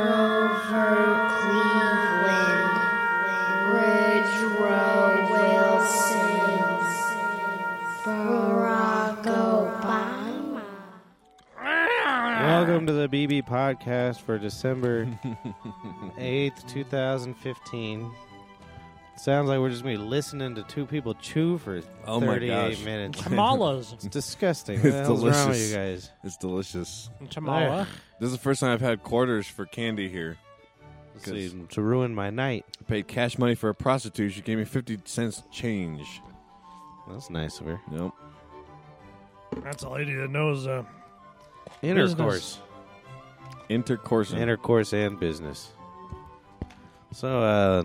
Grover Cleveland, Woodrow Wilson, Barack Obama. Welcome to the BB podcast for December 8th, 2015. Sounds like we're just going to be listening to two people chew for Oh my 38 gosh. minutes. Tamales. It's disgusting. It's What the hell's wrong with delicious. you guys? It's delicious. Tamala. This is the first time I've had quarters for candy here. Let's Because- see, to ruin my night. I paid cash money for a prostitute. She gave me 50 cents change. That's nice of her. Nope. That's a lady that knows. Uh, Intercourse. Intercourse. Intercourse and business. So, uh,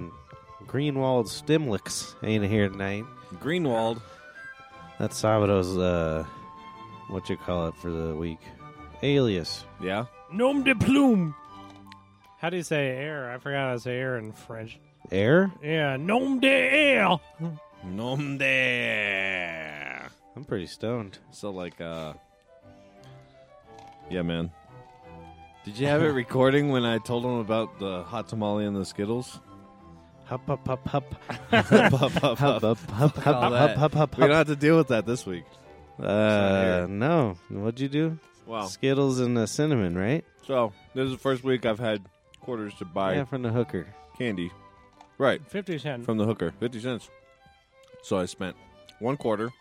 Greenwald Stimlix ain't here tonight. Greenwald. That's Sabado's, uh, what you call it for the week? Alias. Yeah. Nom de plume. How do you say air? I forgot how to say air in French. Air? Yeah, nom de air. Nom de. I'm pretty stoned. So, like, uh. Yeah, man. Did you have it recording when I told him about the hot tamale and the Skittles? Hup, hup, hup, hup. Hup, hup, Hup, hup, hup. hup, hup, Fuck all hup, that. hup, hup, hup, We don't hup. have to deal with that this week. Uh, no. What'd you do? Wow. Skittles and uh, cinnamon, right? So, this is the first week I've had quarters to buy Yeah, from the hooker. candy. Right. 50 cent. from the hooker, fifty cents. So I spent one quarter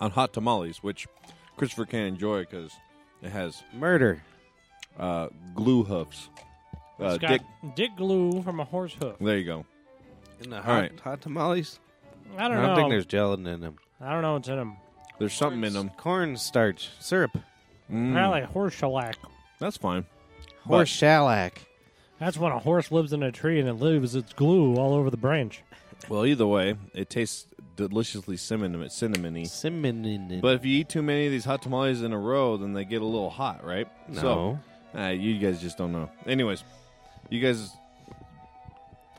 on hot tamales, which Christopher can enjoy because it has Murder. uh, glue hoofs. Uh, It's got dick, dick glue from a horse hoof. there you go. In the hot- right. hot tamales? I don't I don't know. think there's gelatin in them. I don't know what's in them. There's something in them. Corn starch. Syrup. Mm, Probably horse shellac. That's fine. Horse shellac. That's when a horse lives in a tree and it leaves its glue all over the branch. Well, either way, it tastes deliciously cinnamon, cinnamony. Cinnamon. in it. But if you eat too many of these hot tamales in a row, then they get a little hot, right? no. So, uh, you guys just don't know. Anyways, you guys,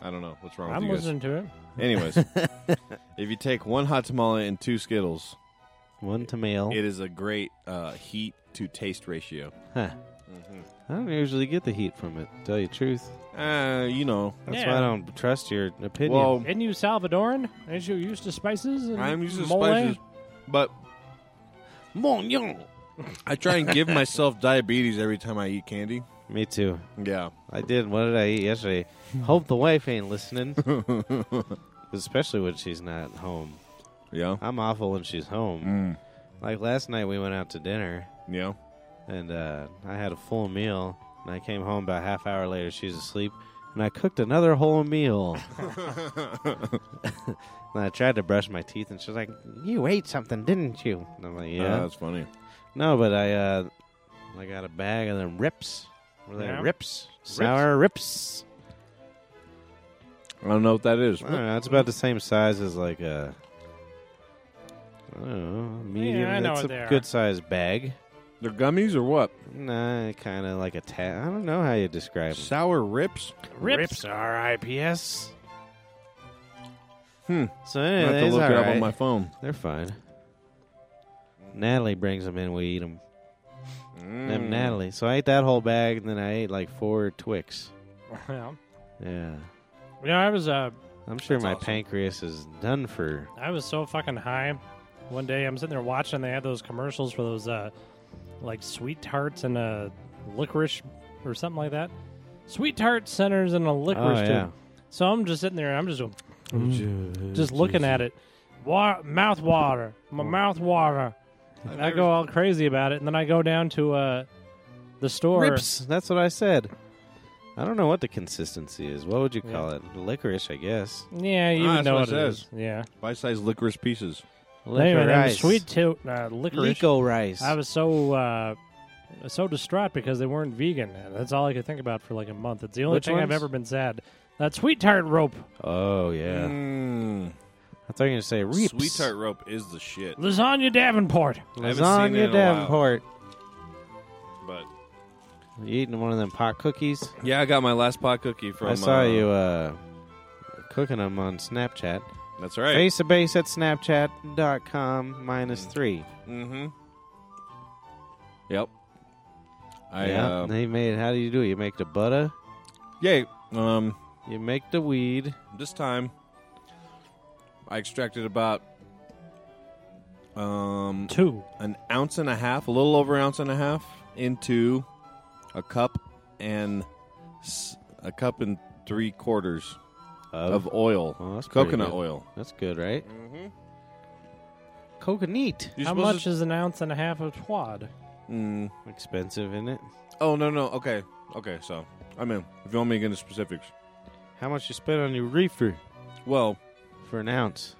I don't know what's wrong with I'm you guys. listening to it. Anyways, if you take one hot tamale and two Skittles, One tomato. it is a great uh, heat to taste ratio. Huh. I don't usually get the heat from it, tell you the truth. Uh, you know, That's Yeah. why I don't trust your opinion. well, Isn't you Salvadoran? Aren't you used to spices? And I'm used to mole? spices, but Mon yon. I try and give myself diabetes every time I eat candy. Me too. Yeah, I did. What did I eat yesterday? Hope the wife ain't listening. Especially when she's not home. yeah, I'm awful when she's home. mm. Like last night, we went out to dinner yeah. and uh, I had a full meal. And I came home about a half hour later. She's asleep. And I cooked another whole meal. Ah, and I tried to brush my teeth. And she's like, You ate something, didn't you? And I'm like, Uh, Yeah. that's funny. no, but I uh, I got a bag of them rips. Were they Yeah. rips? Sour rips. I don't know what that is. I don't know. It's about the same size as like a. I don't know. Medium. I know it's what a they are. good sized bag. They're gummies or what? Nah, kind of like a tat. I don't know how you describe them. Sour rips. Rips. R I P S. Hmm. So I anyway, have to Eh, it's look it all up on right. my phone. They're fine. Natalie brings them in. We eat them. Mm. Them Natalie. So I ate that whole bag, and then I ate like four Twix. yeah. Yeah, Yeah, I was uh, I'm sure That's my awesome. pancreas is done for. I was so fucking high. One day I'm sitting there watching. They had those commercials for those uh, like sweet tarts and a licorice or something like that. Sweet tart centers and a licorice. oh tube. yeah. So I'm just sitting there. I'm just just looking at it. Wa- mouth water. My mouth water. And I go all crazy about it, and then I go down to uh, the store. Rips. That's what I said. I don't know what the consistency is. What would you call it? Licorice, I guess. Yeah, you Ah, would that's know what what it it says. is. Yeah. Bite-sized licorice pieces. Anyway, them Licorice. sweet to- uh, licorice. Lico rice. I was so uh, so distraught because they weren't vegan. That's all I could think about for like a month. It's the only Which thing I've ones? ever been sad. That sweet tart rope. oh yeah. Mm. I thought you were gonna say reaps. Sweet tart rope is the shit. Lasagna Davenport. I haven't seen it Lasagna in a while. Davenport. But You eating one of them pot cookies? yeah, I got my last pot cookie from. I saw uh, you uh, cooking them on Snapchat. That's right. Mm. Face a base at snapchat.com minus three. Mm-hmm. Yep. I yeah, uh, they made. How do you do it? You make the butter. yay. Um, You make the weed. this time I extracted about um Two. an ounce and a half, a little over ounce and a half, into a cup and s- a cup and three quarters of, oil, Oh, that's pretty coconut good. oil. Mm-hmm. That's good, right? Coconut. You're How supposed much to- is an ounce and a half of twad? Mm. Expensive, isn't it? Oh no no okay okay so I'm in. If you want me to get into specifics, How much you spend on your reefer well, for an ounce?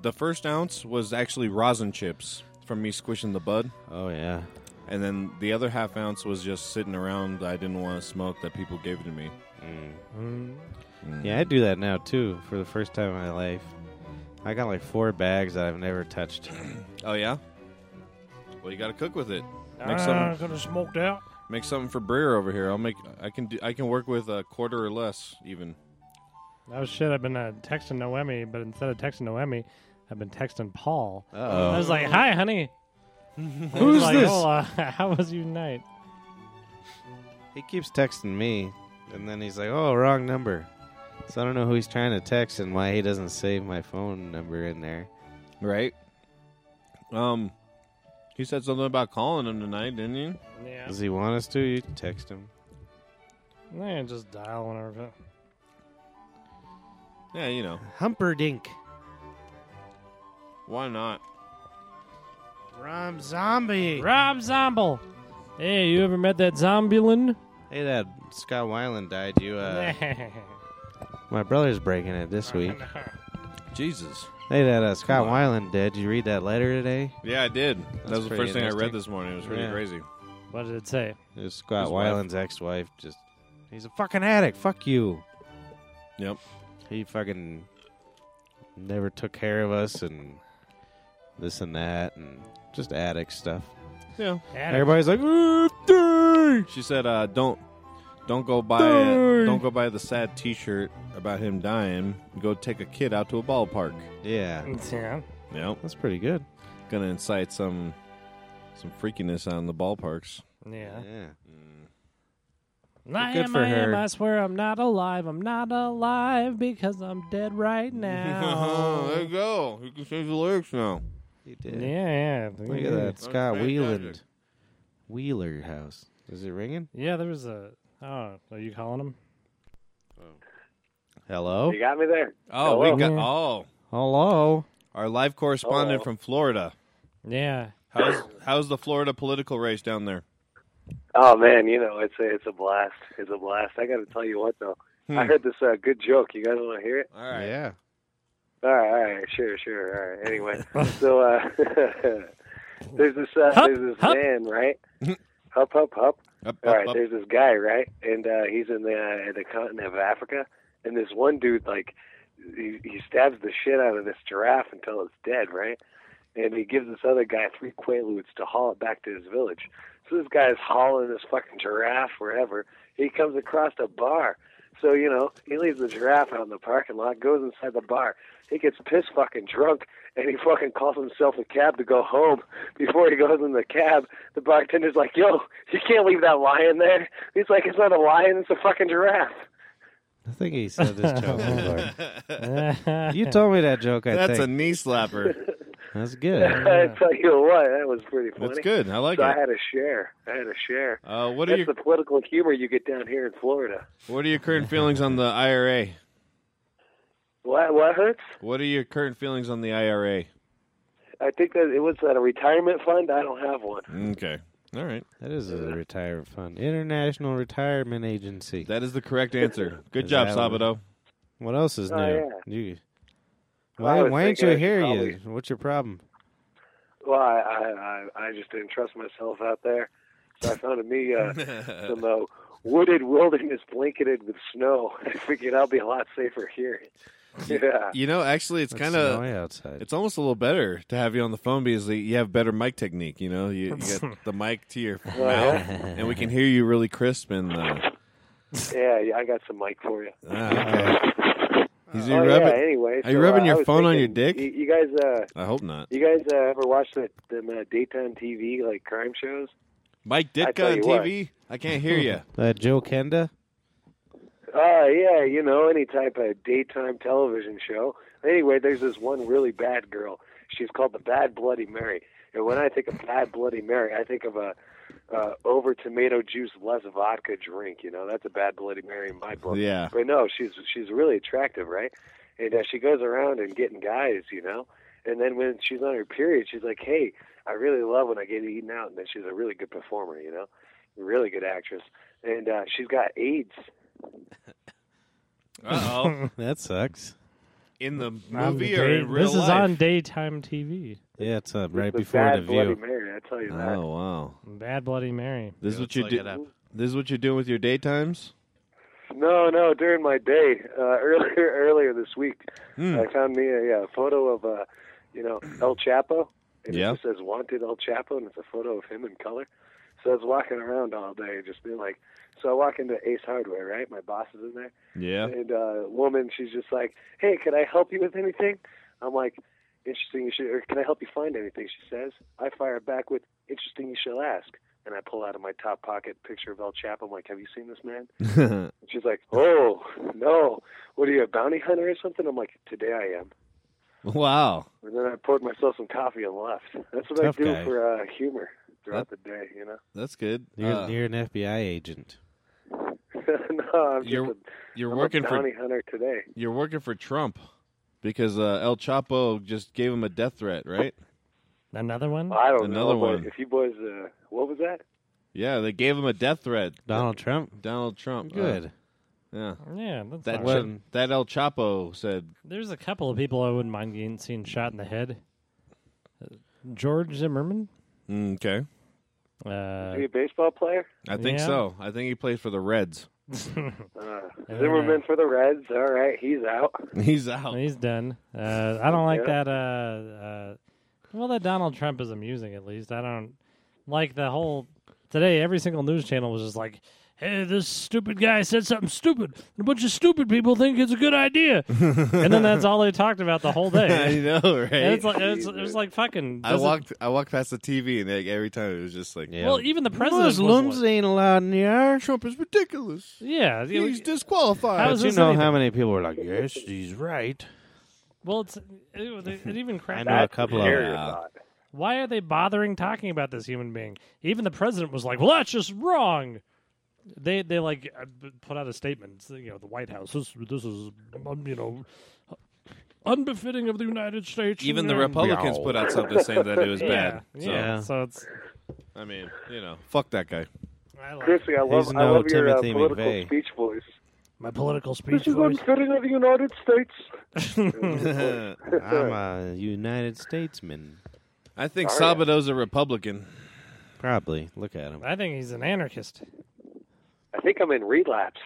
the first ounce was actually rosin chips from me squishing the bud. Oh yeah. And then the other half ounce was just sitting around. that I didn't want to smoke that people gave it to me. Mm. Yeah, I do that now too. For the first time in my life, I got like four bags that I've never touched. Oh yeah. Well, you got to cook with it. Make I'm some, gonna smoke out. make something for Breer over here. I'll make. I can do. I can work with a quarter or less even. Oh shit! I've been uh, texting Noemi, but instead of texting Noemi, I've been texting Paul. I Uh was like, "Hi, honey." Who's like, this? "Oh, uh, how was your night? He keeps texting me, and then he's like, "Oh, wrong number." So I don't know who he's trying to text and why he doesn't save my phone number in there. Right. Um, he said something about calling him tonight, didn't you? Yeah, Does he want us to? You can text him. yeah just dial whenever. Yeah, you know. Humperdink Why not? from Zombie. Rob Zombie. Hey, you ever met that Zombulin? Hey, that Scott Weiland died. You, uh, my brother's breaking it this week. Jesus. Hey, that uh, Scott Weiland did. You read that letter today? Yeah, I did. that was the pretty first thing I read interesting. this morning. It was pretty Yeah. crazy. what did it say? It was Scott His wife. Weiland's ex-wife. Just, he's a fucking addict. Fuck you. Yep. He fucking never took care of us and this and that and just addict stuff. Yeah. Everybody's like, "Uh, dang." She said, uh, "Don't, don't go buy, Dang. don't go buy the sad T-shirt about him dying. Go take a kid out to a ballpark. yeah, Yeah. Yep, that's pretty good. gonna incite some, some freakiness on the ballparks. Yeah. Yeah, I good am, for I am, her. I swear I'm not alive. I'm not alive because I'm dead right now. Oh, there you go. You can change the lyrics now. he yeah, did. yeah. Look at that, Scott fantastic. Weiland, Wheeler House. Is it ringing? Yeah, there was a. Oh, are you calling him? Hello, You got me there. Oh, we got oh hello. our live correspondent Hello. from Florida. Yeah. How's how's the Florida political race down there? Oh man, you know it's a it's a blast. It's a blast. I got to tell you what though. I Hmm. heard this uh, good joke. You guys want to hear it? All right. Yeah, All right, all right, sure, sure. All right. Anyway, so uh, there's this uh, Hup, there's this hup. man, right? Hup, hup, hup. Up, All up, right, up. there's this guy, right, and uh, he's in the in the continent of Africa, and this one dude, like, he, he stabs the shit out of this giraffe until it's dead, right? And he gives this other guy three quaaludes to haul it back to his village. So this guy is hauling this fucking giraffe wherever. He comes across a bar. So, you know, he leaves the giraffe out in the parking lot, goes inside the bar. He gets piss fucking drunk, and he fucking calls himself a cab to go home. Before he goes in the cab, the bartender's like, yo, you can't leave that lion there. He's like, it's not a lion, it's a fucking giraffe. I think he said this joke before. you You told me that joke. I That's a think knee slapper. that's good. I tell you what, that was pretty funny. That's good. I like so I it. had a share. I had a share. Uh, what are That's your the political humor you get down here in Florida. what are your current feelings on the IRA? What, what hurts? What are your current feelings on the IRA? I think that it was that a retirement fund. I don't have one. Okay. All right. That is a retirement fund, International Retirement Agency. That is the correct answer. Good Is job, that- Sabado. What else is Oh, new? yeah. You- Well, I why was why ain't thinking you I here? should You what's your problem? Well, I I, I, I just didn't trust myself out there, so I found me uh, some uh, wooded wilderness blanketed with snow. I figured I'll be a lot safer here. Yeah. You know, actually, it's kind of of snowy outside. it's almost a little better to have you on the phone because you have better mic technique. You know, you, you got the mic to your Oh, mouth, yeah? and we can hear you really crisp. And uh, yeah, yeah, I got some mic for you. ah, okay. Is he oh, rubbing? yeah, anyway. Are you so, rubbing uh, your I was phone on your thinking, dick? You, you guys, uh, I hope not. you guys uh, ever watch the, the uh, daytime TV like crime shows? Mike Ditka tell on you what. TV. I can't hear you. Uh, Joe Kenda. Uh, yeah, you know, any type of daytime television show. Anyway, there's this one really bad girl. She's called the Bad Bloody Mary. And when I think of Bad Bloody Mary, I think of a uh, over tomato juice, less vodka drink. You know, that's a Bad Bloody Mary in my book. Yeah. But no, she's she's really attractive, right? And uh, she goes around and getting guys, you know. And then when she's on her period, she's like, "Hey, I really love when I get eaten out." And then she's a really good performer, you know, really good actress. And uh, she's got AIDS. Uh oh. That sucks. in the On movie the or day- in real this life? is on daytime TV. Yeah, it's uh, right the before bad the Bloody view. Mary, I tell you that. Oh wow. Bad Bloody Mary. This is Yeah, what you let's look do. it up. This is what you're doing with your daytimes. No, no. During my day, uh, earlier earlier this week, I found me a, yeah, photo of uh, you know El Chapo, and Yeah. it just says "Wanted El Chapo," and it's a photo of him in color. So I was walking around all day, just being like. So I walk into Ace Hardware, right? My boss is in there, Yeah. and uh, woman, she's just like, "Hey, can I help you with anything?" I'm like, "Interesting, you should." Or can I help you find anything? She says. I fire back with, "Interesting, you shall ask." And I pull out of my top pocket picture of El Chapo. I'm like, "Have you seen this man?" And she's like, "Oh no, what are you a bounty hunter or something?" I'm like, "Today I am." wow. And then I poured myself some coffee and left. That's what Tough I do guy. for uh, humor throughout the day, you know. That's good. You're, Uh, you're an FBI agent. no, I'm just You're- a, you're I'm working a for bounty hunter today. you're working for Trump because uh, El Chapo just gave him a death threat, right? Another one? Well, I don't Another know, one. but if you boys, uh, what was that? Yeah, they gave him a death threat. Donald Trump. Donald Trump. uh, Good. yeah. Yeah, that's That not- Well- chi- that El Chapo said, There's a couple of people I wouldn't mind getting seen shot in the head. Uh, George Zimmerman. "Mm, "Okay, Uh, Are you a baseball player? I think Yeah. so. I think he plays for the Reds. Uh, don't Zimmerman for the Reds. All right, he's out. He's out. he's done. Uh, I don't like Yeah. that. Uh, uh, well, that Donald Trump is amusing. At least I don't like the whole today. Every single news channel was just like, "Hey, this stupid guy said something stupid, and a bunch of stupid people think it's a good idea," and then that's all they talked about the whole I day. know, right? And it's like it's, it was like fucking. I doesn't- walked I walked past the TV and like every time it was just like, Yeah. Well, even the president. was Muslims like- ain't allowed in the arch. Trump is ridiculous. yeah, yeah, we- disqualified. How But is you this know anything? how many people were like, "Yes, he's right." Well, it's it, it even I cracked. know a up. couple of Scary them. thought. Why are they bothering talking about this human being? Even the president was like, "Well, that's just wrong." They they like uh, b- put out a statement. You know, the White House. This this is um, you know unbefitting of the United States. Even and- the Republicans put out something saying that it was Yeah, bad. So, yeah. So it's I mean, you know, fuck that guy. I like Chrissy, I love, He's I no love your uh, Timothy political McVeigh. speech voice. my political This speech. is voice. unfitting of the United States. I'm a United Statesman. I think Are ya? Sabato's a Republican. Probably. Look at him. I think he's an anarchist. I think I'm in relapse.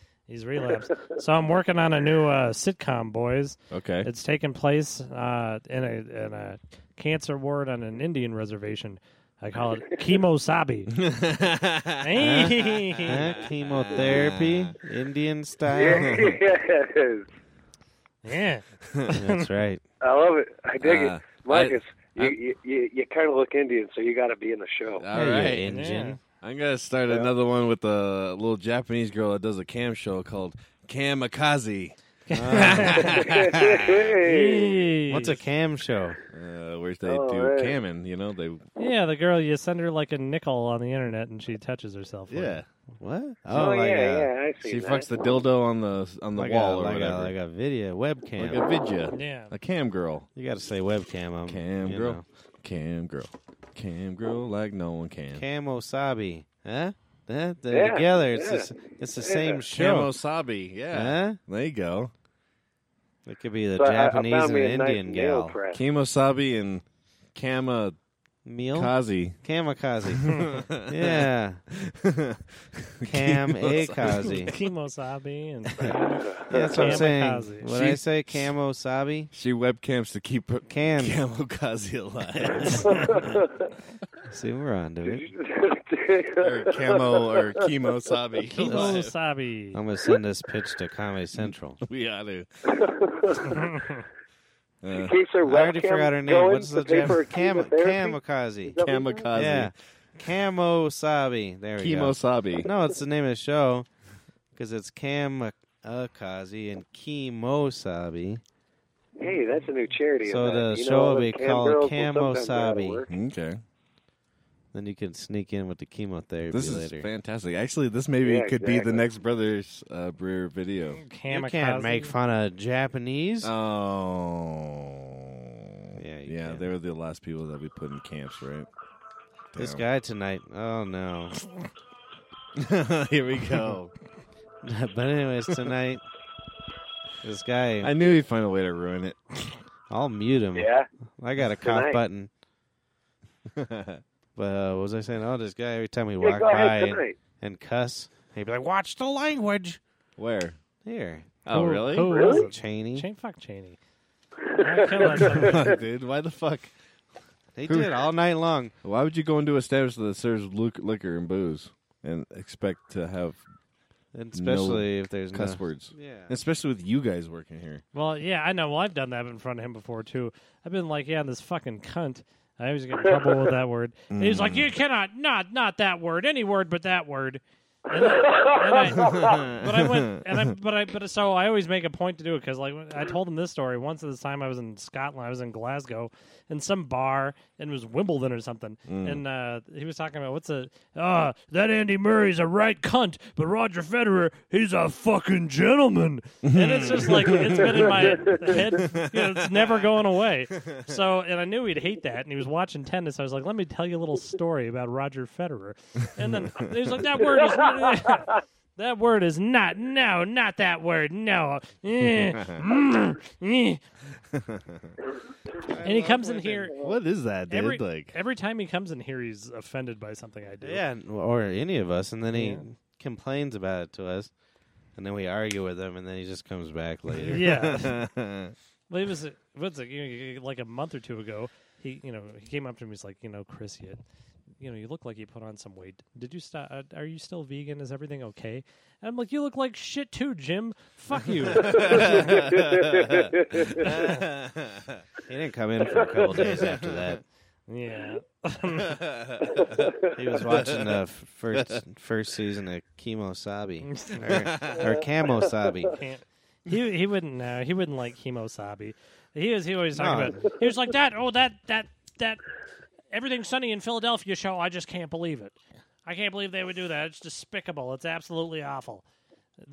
He's relapsed. so I'm working on a new uh, sitcom, boys. Okay. It's taking place uh, in a in a cancer ward on an Indian reservation. I call it chemosabi. Uh-huh. Huh? Hey. Uh-huh. Chemotherapy, Indian style. yes. yeah, That's right. I love it. I dig Uh, it, Marcus. you, you you you kind of look Indian, so you got to be in the show. All Hey, you right. Indian. Yeah. I'm gonna start another one with a little Japanese girl that does a cam show called Kamikaze, Hey. What's a cam show? uh, where they Oh, All do right. camming. You know, they yeah? The girl you send her like a nickel on the internet, and she touches herself. with yeah. it. What? Oh, like yeah, a, yeah, I see. She that. fucks the dildo on the on the like wall a, or like whatever, A, like a video webcam. like a vidya, Yeah. a cam girl, you got to say webcam. Um, cam you girl, know. cam girl, cam girl, like no one can. Cam Osabi. Huh? Huh? They're Yeah, together. It's yeah, the, s- it's the yeah. same Cam show. Osabi, yeah. Huh? There you go. It could be the So I- I Japanese found and me a nice Indian meal gal. prep. Kemosabe and Kama Meal? Kazi. Hmm. Kamikaze. yeah. Cam Akazi. Chemosabi and That's what I'm saying. Kamikaze. When I She's- say Cam Osabi, She webcams to keep her Cam. Kamikaze alive. See, we're on to it. or Camo or Kemosabe. alive. chemosabi. I'm going to send this pitch to Comedy Central. We Uh, ought to. In case her I already webcam forgot her name. going What's to the pay for her Cam chemotherapy? Kamikaze. Is that what you Kamikaze. Yeah. Camo Sabi. There we go. Kimosabi. No, it's the name of the show because it's Cam Akazi and Kimo Sabi. Hey, that's a new charity. So event. the you show know, will those be cam called girls will Camo sometimes go out of Sabi. work. Okay. Then you can sneak in with the chemotherapy This is later. fantastic. Actually, this maybe Yeah, could be exactly. the next Brothers uh, Breer video. you can't make fun of Japanese. Oh. Yeah, you Yeah, can. they were the last people that we put in camps, right? this Damn. guy tonight. Oh no. Here we go. but anyways, tonight this guy. I knew he'd find a way to ruin it. I'll mute him. Yeah, I got a Tonight. cough button. But uh, what was I saying? Oh, this guy every time we yeah walk go by ahead and, tonight. and cuss, he'd be like, "Watch the language." Where? Here, Oh, Who- really? who Really? was Cheney. it? Cheney? Fuck Cheney. I kill that guy. Dude, why the fuck? He Who- did all night long. Why would you go into a establishment that serves lu- liquor and booze and expect to have And especially if there's cuss no, words? Yeah. Especially with you guys working here. Well, yeah, I know. Well, I've done that in front of him before too. I've been like, yeah, this fucking cunt. I always get in trouble with that word. And he's like, you cannot, not, not that word, any word but that word. And I- and I- but I went, and I, but I, but so I always make a point to do it because, like, when- I told him this story once. At this time, I was in Scotland, I was in Glasgow, in some bar, and it was Wimbledon or something. And uh, he was talking about what's a uh, that Andy Murray's a right cunt, but Roger Federer, he's a fucking gentleman. and it's just like it's been in my head; you know, it's never going away. So, and I knew he'd hate that. And he was watching tennis. I was like, let me tell you a little story about Roger Federer. And then he was like, that word is. That word is not no, not that word no. Eh, mm, eh. and he comes in here What is that, dude? every like, every time he comes in here, he's offended by something I do. Yeah, n- or any of us, and then he Yeah. complains about it to us, and then we argue with him, and then he just comes back later. yeah. Well, it was what's it? You know, you- like a month or two ago. He, you know, he came up to me. He's like, you know, Chris, you, you know, you look like you put on some weight. Did you stop? Uh, are you still vegan? Is everything okay? And I'm like, you look like shit too, Jim. Fuck you. he didn't come in for a couple days after that. yeah. He was watching the f- first first season of Chemo Sabi or, or Camo Sabi. Can't. He he wouldn't know. He wouldn't like Kimosabi. He was he always talking No. about. He was like that. Oh, that that that. Everything sunny in Philadelphia show. I just can't believe it. I can't believe they would do that. It's despicable. It's absolutely awful.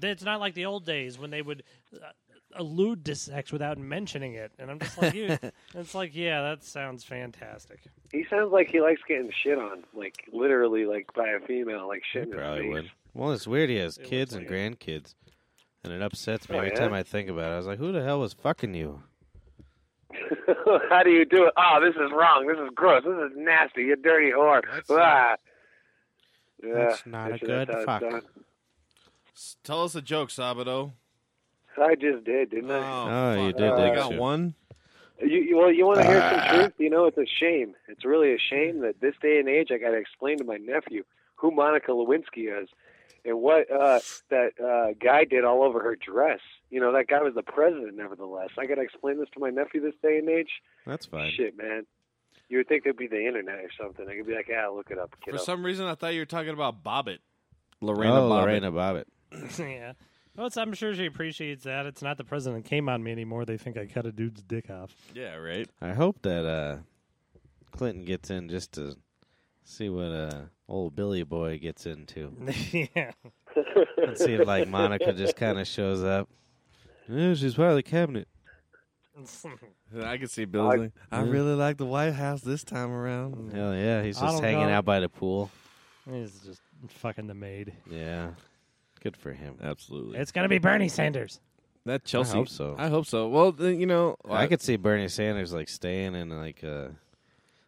It's not like the old days when they would uh, allude to sex without mentioning it. And I'm just like, you. it's like, yeah, that sounds fantastic. he sounds like he likes getting shit on, like literally, like by a female, like shit. in his face. Well, it's weird. He has It kids and looks grandkids, and it upsets me Oh, every yeah? time I think about it. I was like, "Who the hell was fucking you?" How do you do it? Oh, this is wrong. This is gross. This is nasty. You dirty whore. ah. Yeah, that's not a that's- good that's how it's fuck. done. Tell us a joke, Sabado. I just did, didn't I? Oh, you fuck. did Uh, that I got shit. one. You, you, well, you want to hear some truth? You know, it's a shame. It's really a shame that this day and age, I got to explain to my nephew who Monica Lewinsky is and what uh, that uh, guy did all over her dress. You know, that guy was the president, nevertheless. I got to explain this to my nephew this day and age. That's fine. Shit, man. You would think it'd be the internet or something. I could be like, ah, look it up, For kiddo. some reason, I thought you were talking about Bobbit. Lorena Oh, Bobbitt. Lorena Bobbitt. yeah. Well, it's, I'm sure she appreciates that. It's not the president came on me anymore. They think I cut a dude's dick off. Yeah, right. I hope that uh, Clinton gets in just to see what uh, old Billy Boy gets into. yeah. And see if like Monica just kind of shows up. Yeah, she's part of the cabinet. I could see Billy. I- I, really like the White House this time around. Hell yeah, he's I just don't hanging know. out by the pool. He's just fucking the maid. Yeah, good for him. Absolutely. It's gonna be Bernie Sanders. that Chelsea. I hope so. I hope so. Well, then, you know, I could see Bernie Sanders like staying in like a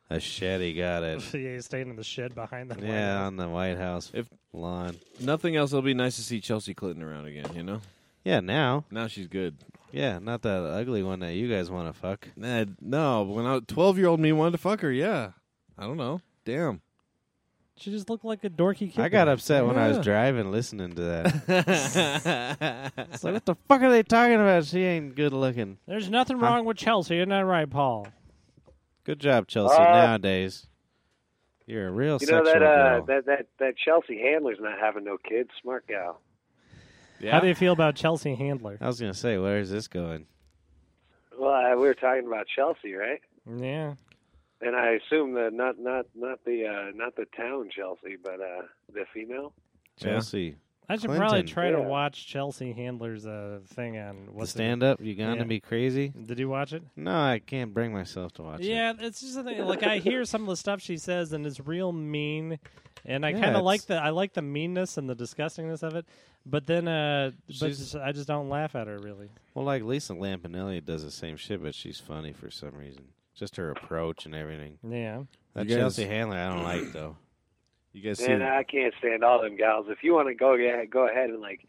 a shed he got at yeah, he's staying in the shed behind the. yeah on the White House If- lawn. nothing else. It'll be nice to see Chelsea Clinton around again. You know, Yeah, now now she's good. yeah, not that ugly one that you guys want to fuck. Nah, no, when I twelve year old me wanted to fuck her. Yeah, I don't know. Damn. She just looked like a dorky kid. I got upset when I was Yeah. driving listening to that. That's It's like, what the fuck are they talking about? She ain't good looking. There's nothing wrong with Chelsea, isn't that right, Paul? Good job, Chelsea. Uh, nowadays, You're a real You sexual know that uh, girl. that that that Chelsea Handler's not having no kids. Smart gal. How do you feel about Chelsea Handler? I was gonna say, where is this going? Well, I, we were talking about Chelsea, right? Yeah. And I assume that not not not the uh, not the town Chelsea, but uh, the female. Yeah. Chelsea, I should probably Clinton. try to Yeah. watch Chelsea Handler's uh, thing on the what's it- stand up. You gonna Yeah. be crazy? Did you watch it? No, I can't bring myself to watch it. yeah, it's just the thing. Like I hear some of the stuff she says, and it's real mean, and I Yeah, kind of like it's- the I like the meanness and the disgustingness of it. But then, uh, but She's- just, I just don't laugh at her really. Well, like Lisa Lampanelli does the same shit, but she's funny for some reason. Just her approach and everything. Yeah, That guys- Chelsea Handler, I don't like though. You guys see? And I can't stand all them gals. If you want to go yeah, go ahead and like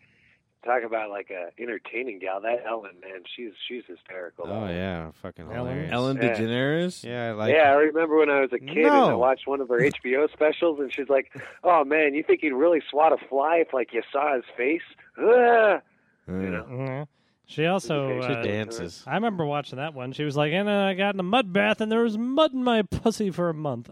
talk about like a entertaining gal, that Ellen man, she's she's hysterical. Oh yeah, fucking Ellen? hilarious. Ellen Yeah. DeGeneres. Yeah, I like. yeah, I remember when I was a kid and I No. watched one of her HBO specials, and she's like, "Oh man, you think you'd really swat a fly if like you saw his face?" Ugh. Uh, You know? Mm-hmm. yeah. She also. She She Uh, dances. I remember watching that one. She was like, and then I got in a mud bath, and there was mud in my pussy for a month.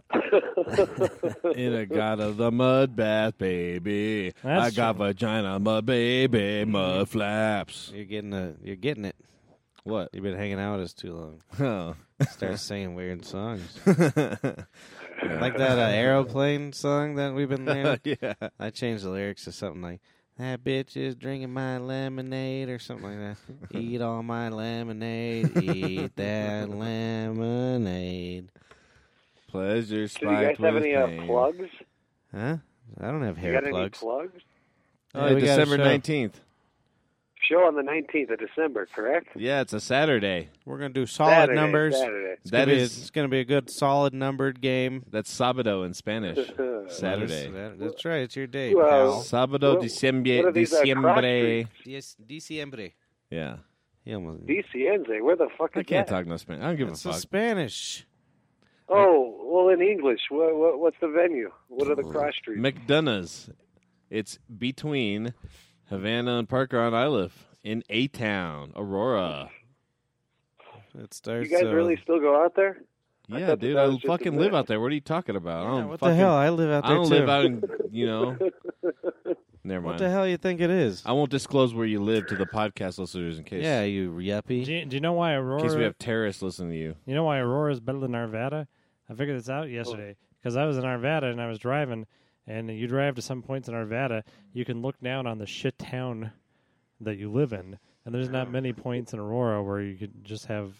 In a god of the mud bath, baby. That's I got vagina, mud baby, mud flaps. You're getting the. You're getting it. What? You've been hanging out with us too long. Oh. Start singing weird songs, yeah. like that uh, aeroplane song that we've been learning. I changed the lyrics to something like "That bitch is drinking my lemonade" or something like that. eat all my lemonade, eat that lemonade. Pleasure Do you guys spiked have with any uh, pain. plugs? Huh? I don't have you hair got plugs. any plugs? Oh, Yeah, we got a December show. 19th. Show on the nineteenth of December, correct? Yeah, it's a Saturday. We're gonna do solid Saturday, numbers. Saturday. It's That gonna be- is- it's gonna be a good solid numbered game. That's Sabado in Spanish. Saturday. That- That's right. It's your day, Well- pal. Sabado, What- Diciembre. what are these, uh, cross Diciembre. streets? Yes, Diciembre. Yeah. He almost. DCNZ, where the fuck is I can't that? talk no Spanish. I don't give It's a a fuck. Spanish. Oh, well, in English, what, what, what's the venue? What are the cross streets? McDonough's. It's between Havana and Parker on Iliff in A Town, Aurora. It starts. you guys uh, really still go out there? I Yeah, thought that dude, that I was just fucking a live myth. out there. What are you talking about? I Yeah, don't what the fucking- hell? I live out I there don't too. live out in you know. Never what mind. the hell you think it is? I won't disclose where you live to the podcast listeners in case. Yeah, you Do yuppie. you, do you know why Aurora? In case we have terrorists listening to you. You know why Aurora is better than Arvada? I figured this out yesterday because I was in Arvada and I was driving, and you drive to some points in Arvada, you can look down on the shit town that you live in, and there's not many points in Aurora where you could just have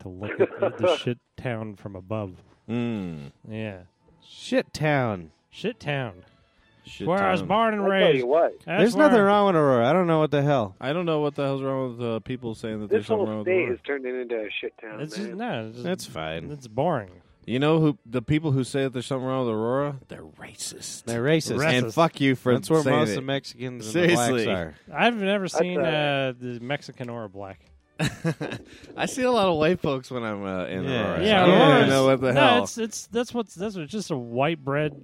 to look at the shit town from above. Mm. Yeah, Shit town. shit town. Shit where I was town. born and I tell raised. you what, That's There's nothing where- wrong with Aurora. I don't know what the hell. I don't know what the hell's wrong with uh, people saying that this there's something wrong whole with the state is world. turning into a shit town, It's just man. no. It's, just- That's fine. it's boring. You know who the people who say that there's something wrong with Aurora? They're racist. They're racist. Racist. And fuck you for That's where saying most it. of Mexicans and the Seriously. blacks are. I've never seen uh, uh, the Mexican or a black. I see a lot of white folks when I'm uh, in Yeah. Aurora. Yeah, so I don't Aurora's- even know what the no, hell. it's it's that's what's that's what, it's just a white bread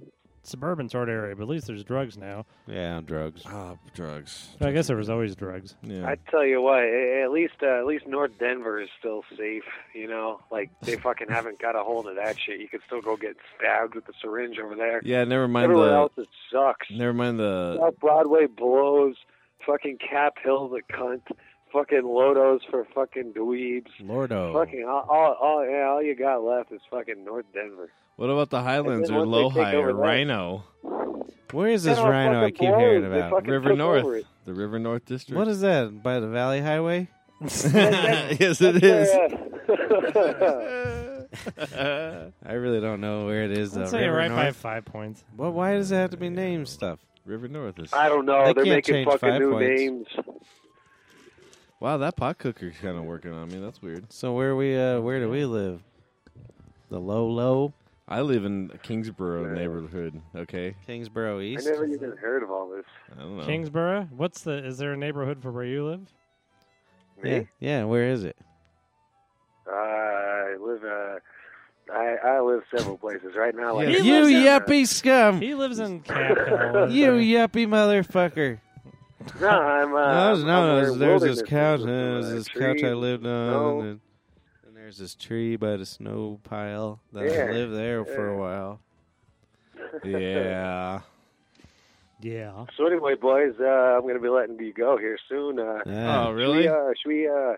suburban sort of area. But at least there's drugs now. Yeah, on drugs. Ah, drugs. I guess there was always drugs. Yeah. I tell you what, a- at least uh, at least North Denver is still safe. You know, like they fucking haven't got a hold of that shit. You can still go get stabbed with a syringe over there. yeah, never mind Everywhere the else it sucks. never mind the South Broadway blows. Fucking Cap Hill's a cunt. Fucking Lodos for fucking dweebs. Lordo. Fucking all, all, all, yeah, all you got left is fucking North Denver. what about the Highlands then or once they Lohi take or over that- Rhino? Where is this They don't rhino I fucking keep blow. hearing They about? fucking River took over North. it. The River North District. What is that? By the Valley Highway? yes it is. uh, Yeah. I really don't know where it is, though. I'd say River right by North? five points. Well, why does it have to be named stuff? River North is I don't They know. They are can't making change fucking five new points. names. Wow, that pot cooker's kinda working on me. That's weird. So where we uh where do we live? The low low I live in a Kingsborough neighborhood, okay? Kingsborough I East. never even heard of all this. I don't know. Oh. Kingsborough. What's the? Is there a neighborhood for where you live? Yeah, Me? yeah. Where is it? Uh, I live. Uh, I I live several places right now. Like Yeah. you lives down yuppie scum! He lives in Cap Hill. You yuppie motherfucker! there. No, I'm. no, Uh, I'm- there's- no, I'm there's, where there's this wilderness couch. is, uh, uh, There's this couch I trees. lived on, snow. and, then- and there's this tree by the snow pile that Yeah, I lived there for a yeah. while. yeah. Yeah. So anyway, boys, uh, I'm going to be letting you go here soon. Uh, Yeah. Oh, Should we, really? uh, should we, uh,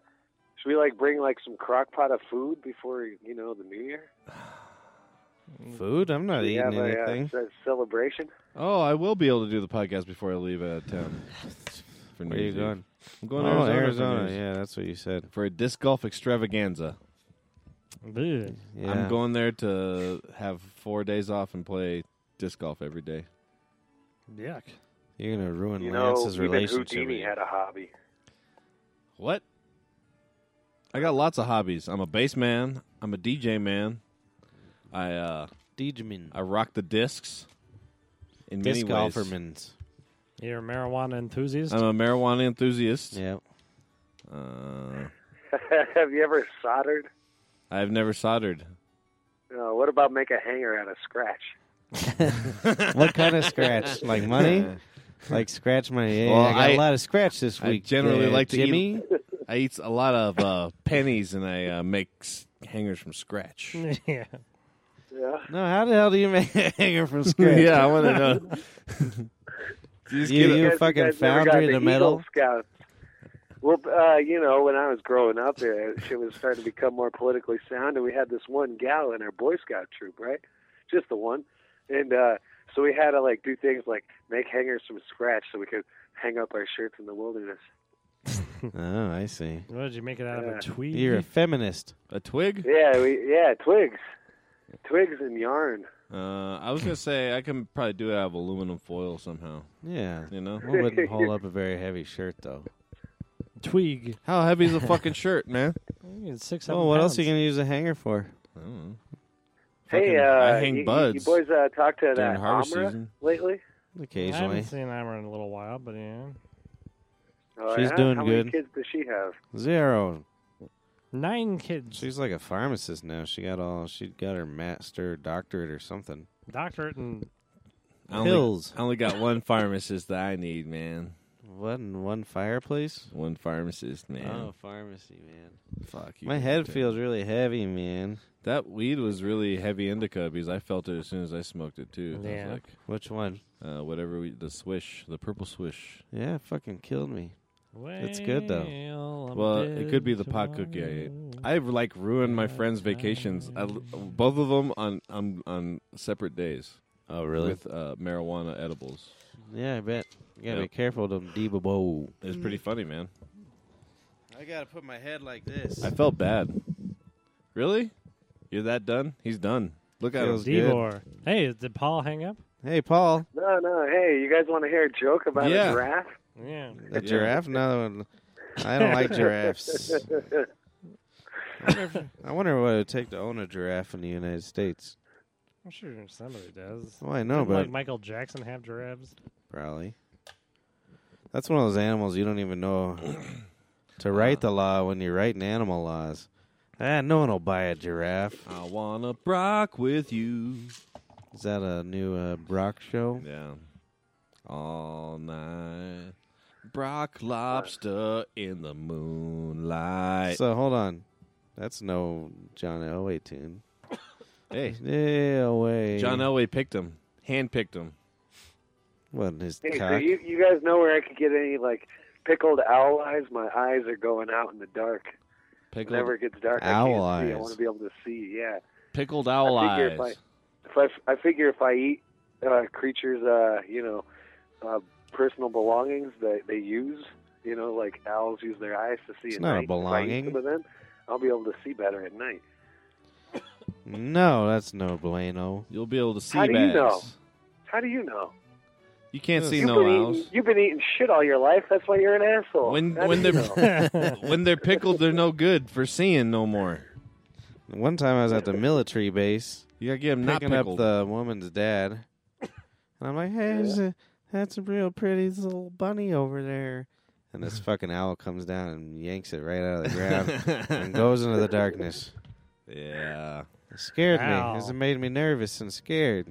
should we like bring like some crock pot of food before you know the new year? Food? I'm not we eating have a, uh, anything. ce- celebration. Oh, I will be able to do the podcast before I leave at 10. For New Where are you Year's Eve. going? I'm going Oh, Arizona. to Arizona. for New Year's. Yeah, that's what you said. For a disc golf extravaganza. Bleh. Yeah. I'm going there to have four days off and play disc golf every day. Yuck. You're gonna ruin You know, Lance's even relationship. Houdini had a hobby. What? I got lots of hobbies. I'm a bass man. I'm a DJ man. I uh, Degeman. I rock the discs in many Disc ways. golfermans. You're a marijuana enthusiast? Um, I'm a marijuana enthusiast. Yep. Uh, have you ever soldered? I've never soldered. Uh, what about make a hanger out of scratch? what kind of scratch? Like money? Like scratch money? Yeah, Well, I got a I- lot of scratch this I week. generally uh, like to eat- Jimmy. I eat a lot of uh, pennies and I uh, make s- hangers from scratch. yeah. Yeah. No, how the hell do you make a hanger from scratch? yeah, I want to know. you, get you guys- fucking guys never got foundry in the Eagle middle. Scouts. Well, uh, you know, when I was growing up, uh, shit was starting to become more politically sound, and we had this one gal in our Boy Scout troop, right? Just the one, and uh, so we had to like do things like make hangers from scratch, so we could hang up our shirts in the wilderness. Oh, I see. What did you make it out of Yeah. a tweed? You're a feminist. A twig? Yeah, we yeah twigs, twigs and yarn. Uh, I was gonna say I can probably do it out of aluminum foil somehow. Yeah. You know, One wouldn't hold up a very heavy shirt, though. Twig. how heavy is a fucking shirt, man? It's six. Oh, seven what else are you pounds. gonna use a hanger for? I don't know. hey, Fucking- uh, I hang you- you, You buds boys uh, talk to during that harvest Amra season. lately? I haven't Occasionally, seen Amber in a little while, but yeah. Oh, She's yeah? doing How good. many kids does she have? zero. Nine kids. She's like a pharmacist now. She got all. She got her master doctorate or something. Doctorate and I only, Pills. I only got one pharmacist that I need, man. What in one fireplace? One pharmacist, man. Oh, pharmacy, man. fuck you. My head feels really heavy, man. That weed was really heavy indica because I felt it as soon as I smoked it too. I Yeah. was Which one? like, uh, whatever we, the swish, the purple swish. Yeah, it fucking killed me. It's good, though. Well, I'm Well, it could be dead the pot cookie. I, tomorrow. ate. I've like ruined my friends' vacations. I, both of them on on on separate days Oh, really? with uh, marijuana edibles. yeah, I bet. You gotta Yep. be careful with them Debo. It's pretty funny, man. I gotta put my head like this. I felt bad. Really? You're that done? He's done. Look at him. Feels good. Devor. Hey, did Paul hang up? Hey, Paul, No, no. Hey, you guys want to hear a joke about Yeah. a giraffe? Yeah. a giraffe? No, I don't like giraffes. I wonder, if- I wonder what it would take to own a giraffe in the United States. I'm sure somebody does. Well, I know, Didn't, but like Michael Jackson have giraffes? Probably. That's one of those animals you don't even know to write the law when you're writing animal laws. Ah, no one will buy a giraffe. I wanna rock with you. Is that a new uh, Brock show? Yeah. All night. Brock Lobster in the moonlight. So hold on, that's no John Elway tune. hey, Yeah, away. John Elway picked him. Hand picked him. What his Hey, so cock? you, you guys know where I could get any like pickled owl eyes? My eyes are going out in the dark. Pickled, Whenever it gets dark, Owl I can't see. I eyes. want to be able to see. Yeah. pickled owl I figure eyes. if If I, f- I figure if I eat uh, creatures, uh, you know, uh, personal belongings that they use, you know, like owls use their eyes to see. It's at not a night. If I eat belonging. some of them, I'll be able to see better at night. No, that's no bueno. You'll be able to see How do you bags. know? How do you know? You can't see You've no been owls. eating, you've been eating shit all your life. That's why you're an asshole. When How do when you they're know? when they're pickled, they're no good for seeing no more. One time I was at the military base. You gotta get them not picking up pickled. the woman's dad. And I'm like, hey, there's a, that's a real pretty little bunny over there. And this fucking owl comes down and yanks it right out of the ground and goes into the darkness. yeah. It scared Wow. me. 'cause It made me nervous and scared.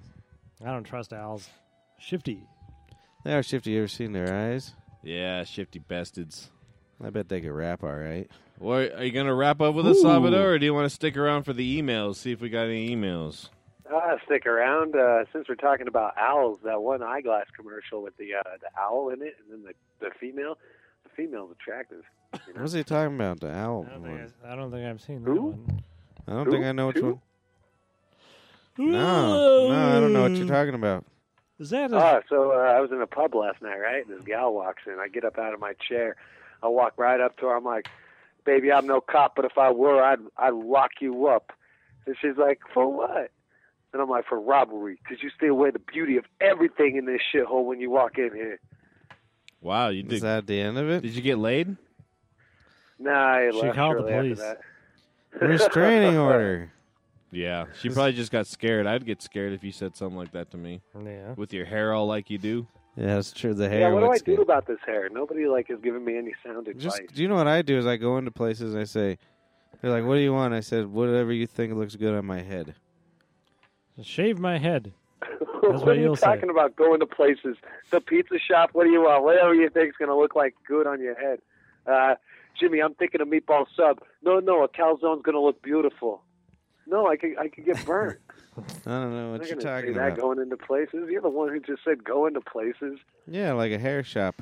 I don't trust owls. Shifty. They are shifty. You ever seen their eyes? Yeah, shifty bastards. I bet they could rap all right. Well, are you going to wrap up with us, Salvador, or do you want to stick around for the emails, see if we got any emails? Uh, stick around. Uh, since we're talking about owls, that one eyeglass commercial with the uh, the owl in it, and then the the female, the female's attractive. You know? What's he talking about? The I owl don't think, one. I, I don't think I've seen that Who? one. I don't Who? think I know which Who? one. No, no, I don't know what you're talking about. Is that a, Ah, so uh, I was in a pub last night, right? And this gal walks in. I get up out of my chair. I walk right up to her. I'm like, "Baby, I'm no cop, but if I were, I'd I'd lock you up." And she's like, "For what?" And I'm like, "For robbery, because you stay away the beauty of everything in this shithole when you walk in here." Wow, you Is did. that the end of it? Did you get laid? Nah, I She left called the shortly after police. that. Restraining order. Yeah, she probably just got scared. I'd get scared if you said something like that to me yeah. with your hair all like you do. Yeah, that's true. The hair. Yeah, what do I looks do good. about this hair? Nobody like has given me any sound advice. Just do you know what I do is I go into places and I say, they're like, "What do you want?" I said, "Whatever you think looks good on my head." Shave my head. what, what are you you'll say. talking about? Going to places, the pizza shop. What do you want? Whatever you think's gonna look like good on your head. Uh, Jimmy, I'm thinking a meatball sub. No, no, a calzone's gonna look beautiful. No, I could I could get burnt. I don't know I'm what not you're gonna say talking that about. going into places. You're the one who just said go into places. Yeah, like a hair shop.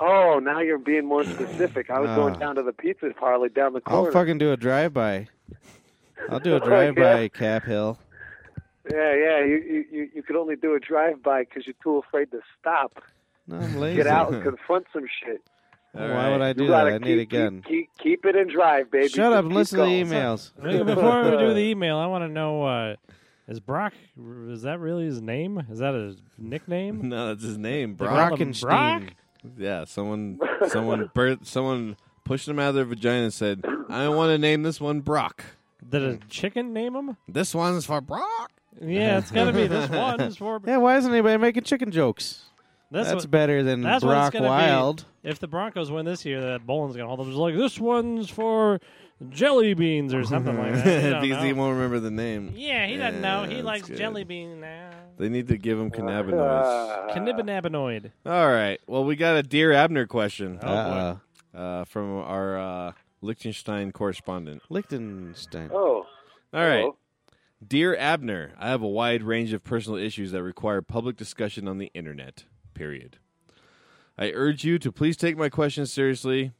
Oh, now you're being more specific. I was Ah. going down to the pizza parlor down the corner. I'll fucking do a drive by. I'll do a Okay. drive by Cap Hill. Yeah, yeah. You you- you you could only do a drive by because you're too afraid to stop, No, I'm lazy. get out, and confront some shit. Why All right. would I You do that? gotta I keep- need a gun. Keep, keep, keep it and drive, baby. Shut up Just and keep listen to the going. emails. Wait, Before we do the email, I want to know uh, is Brock, is that really his name? Is that his nickname? No, that's his name, They Brock. call him Brockenstein. Yeah, someone, someone, birth, someone pushed him out of their vagina and said, "I want to name this one Brock. Did a chicken name him? This one's for Brock." Yeah, it's got to be this one. Is for, Yeah, why isn't anybody making chicken jokes? this that's one- better than that's what it's Brock gonna be. Wild. If the Broncos win this year, that Bolin's gonna hold up. It's like this one's for jelly beans or something like that. He don't because he know. won't remember the name. Yeah, he doesn't know. Yeah, He that's likes good. jelly bean now. They need to give him cannabinoids. Ah. Cannabinoid. All right. Well, we got a Dear Abner question Oh, uh, uh, from our uh, Liechtenstein correspondent. Liechtenstein. Oh, All right. hello. Dear Abner, I have a wide range of personal issues that require public discussion on the internet. Period. I urge you to please take my questions seriously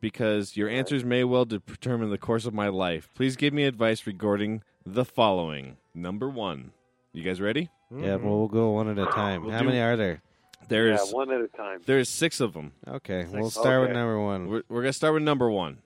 because your answers may well determine the course of my life. Please give me advice regarding the following. Number one. You guys ready? Mm-hmm. Yeah, well, we'll go one at a time. We'll How do- many are there? There's yeah, one at a time. there's six of them. Okay, we'll start with Okay. number one. We're, we're going to start with number one.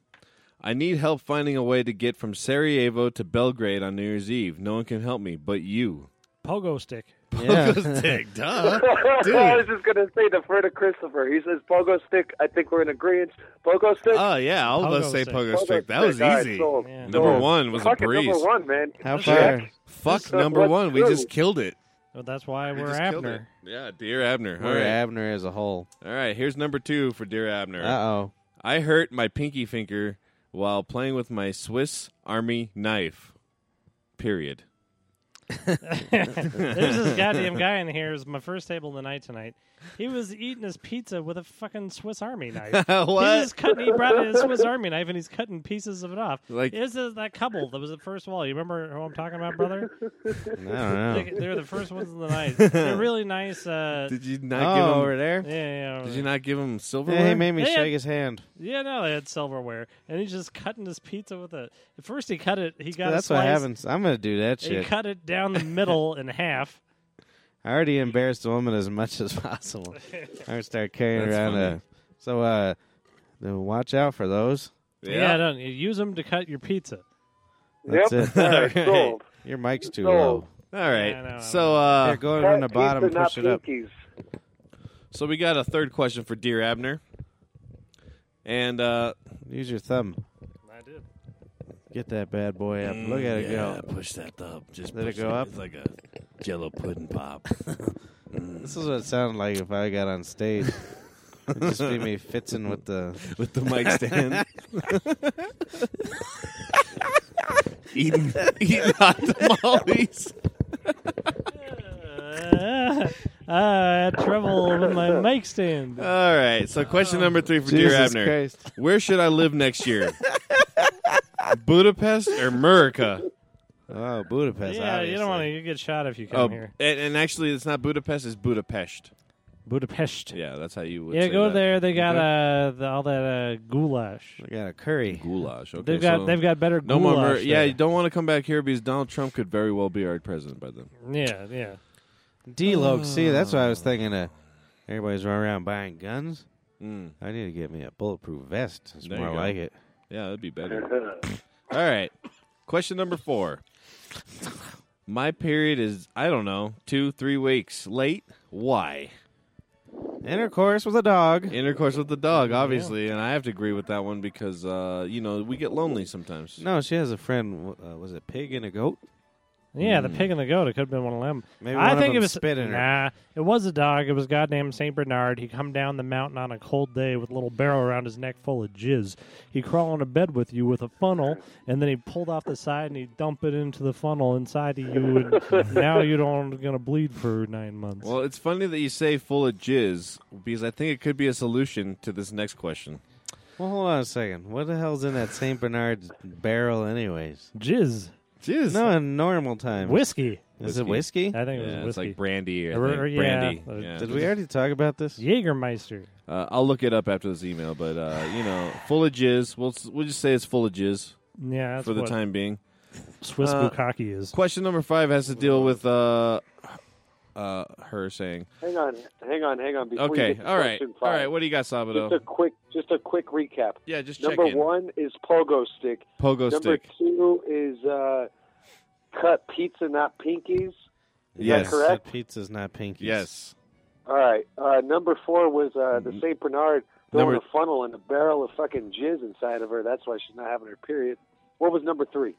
I need help finding a way to get from Sarajevo to Belgrade on New Year's Eve. No one can help me but you. Pogo stick. Yeah. Pogo stick, duh. I was just gonna say the friend of Christopher. He says pogo stick. I think we're in agreement. Pogo stick. Oh, yeah. All of us Pogo say stick. pogo pogo stick. That was All right, easy. sold. Yeah. Number Sold. one was a Fucking breeze. Number one, man. How Check. far? Fuck This number was one. We true. just killed it. Well, that's why We we're just killed Abner. it. Yeah, dear Abner. All We're right. Abner as a whole. All right. Here's number two for dear Abner. Uh oh. I hurt my pinky finger while playing with my Swiss Army knife. Period. There's this goddamn guy in here. It was my first table of the night tonight. He was eating his pizza with a fucking Swiss Army knife. He was cutting. He brought in his Swiss Army knife and he's cutting pieces of it off. Like- this is that couple that was the first wall. You remember who I'm talking about, brother? I don't know. They, they're the first ones in the night. They're really nice. Uh, Oh. Did you oh, not give him? over there. yeah, yeah, Did you not give him silver? Yeah, he made me Yeah, yeah. shake his hand. yeah. No, they had silverware, and he's just cutting his pizza with a. At first, he cut it. He got That's a slice. what happens. I'm gonna do that He shit. cut it down the middle in half. I already embarrassed the woman as much as possible. I'm gonna start carrying That's around funny. a. So uh, then watch out for those. Yeah, don't use them to cut your pizza. Yep. That's it. All right, sold. Your mic's too Sold. low. All Yeah, I know, I right. know. So Here, uh, go on the Pizza, bottom, and not push it up. pinkies. so we got a third question for Dear Abner, and uh, Use your thumb. I did. Get that bad boy up. Look at it go. Mm, Push that up. Just Let it push go it. up? It's like a Jello pudding pop. This is what it sounded like if I got on stage. It'd just be me fitzing with the. with the mic stand. eating, eating hot tamales. Uh, I had trouble with my mic stand. All right. So question number three for Dear Jesus Abner. Christ. Where should I live next year? Budapest or America? Oh, Budapest. yeah, you don't want to. obviously. You get shot if you come Oh, and, here. and actually, it's not Budapest; it's Budapest. Budapest. Yeah, that's how you would. Yeah, say go that. there. They got uh, the, all that uh, goulash. We got a curry. goulash. Okay, they've got so they've got better no goulash. more. Mer- yeah, there. you don't want to come back here because Donald Trump could very well be our president by then. yeah, yeah. D Log See, that's what I was thinking of. Everybody's running around buying guns. Mm, I need to get me a bulletproof vest. It's There you more go. like it. yeah, that'd be better. All right, question number four. My period is I don't know two three weeks late. Why? Intercourse with a dog. Intercourse with the dog, obviously, and I have to agree with that one because uh, you know we get lonely sometimes. No, she has a friend. w- Uh, was it pig and a goat? Yeah, Hmm. the pig and the goat. It could have been one of them. Maybe I one of think it them was spit in her. nah. It was a dog. It was goddamn Saint Bernard. He come down the mountain on a cold day with a little barrel around his neck full of jizz. He crawl into bed with you with a funnel, and then he pulled off the side and he dump it into the funnel inside of you, and now you don't gonna bleed for nine months. Well, it's funny that you say full of jizz because I think it could be a solution to this next question. Well, hold on a second. What the hell's in that Saint Bernard's barrel, anyways? jizz, Jizz? No, in normal time. whiskey. Is it whiskey? I think Yeah, it was whiskey. it's like brandy. I Or- think. or- yeah. Brandy. Uh, yeah. Did we already talk about this? Jägermeister. Uh, I'll look it up after this email, but uh, you know, full of jizz. We'll s- we'll just say it's full of jizz Yeah, that's for the what time being. Swiss Uh, bukkake is. Question number five has to deal with uh, uh, her saying, hang on, hang on, hang on. Before you "Okay, get to all right, question all five, right. What do you got, Just a Sabado? quick, just a quick recap. Yeah, just check Number in. one is pogo stick. Pogo Number stick. two is uh, cut pizza, not pinkies. Is Yes. that correct? That pizza's not pinky. Yes. All right. Uh, number four was uh, the Saint Bernard throwing Mm-hmm. Number- a funnel and a barrel of fucking jizz inside of her. That's why she's not having her period. What was number three?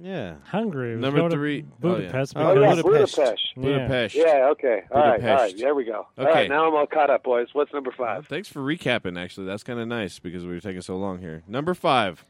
Yeah. Hungry. It was Number go to three- oh, yeah. Budapest. Oh, yeah, because- Budapest. Budapest. Yeah. Budapest. Yeah. Okay. All right. All Budapest. right. There we go. All Okay. right. Now I'm all caught up, boys. What's number five? Thanks for recapping. Actually, that's kind of nice because we were taking so long here. Number five.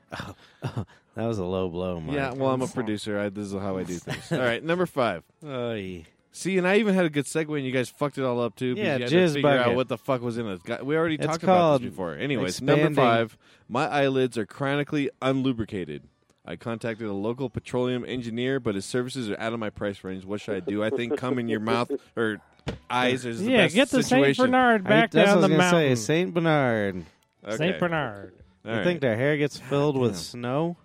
That was a low blow, Mike. Yeah, well, I'm a producer. I, this is how I do things. All right, number five. Oy. See, and I even had a good segue, and you guys fucked it all up too. because Yeah, you had jizz to figure out bucket. what the fuck was in it. Got- We already It's talked about called this before. Anyways, number expanding- five. My eyelids are chronically unlubricated. I contacted a local petroleum engineer, but his services are out of my price range. What should I do? I think cum in your mouth or eyes is the yeah, best get the situation. Saint Bernard I- back that's down what I was the gonna mountain. Say, Saint Bernard. Okay. Saint Bernard. All you right. think their hair gets filled with snow?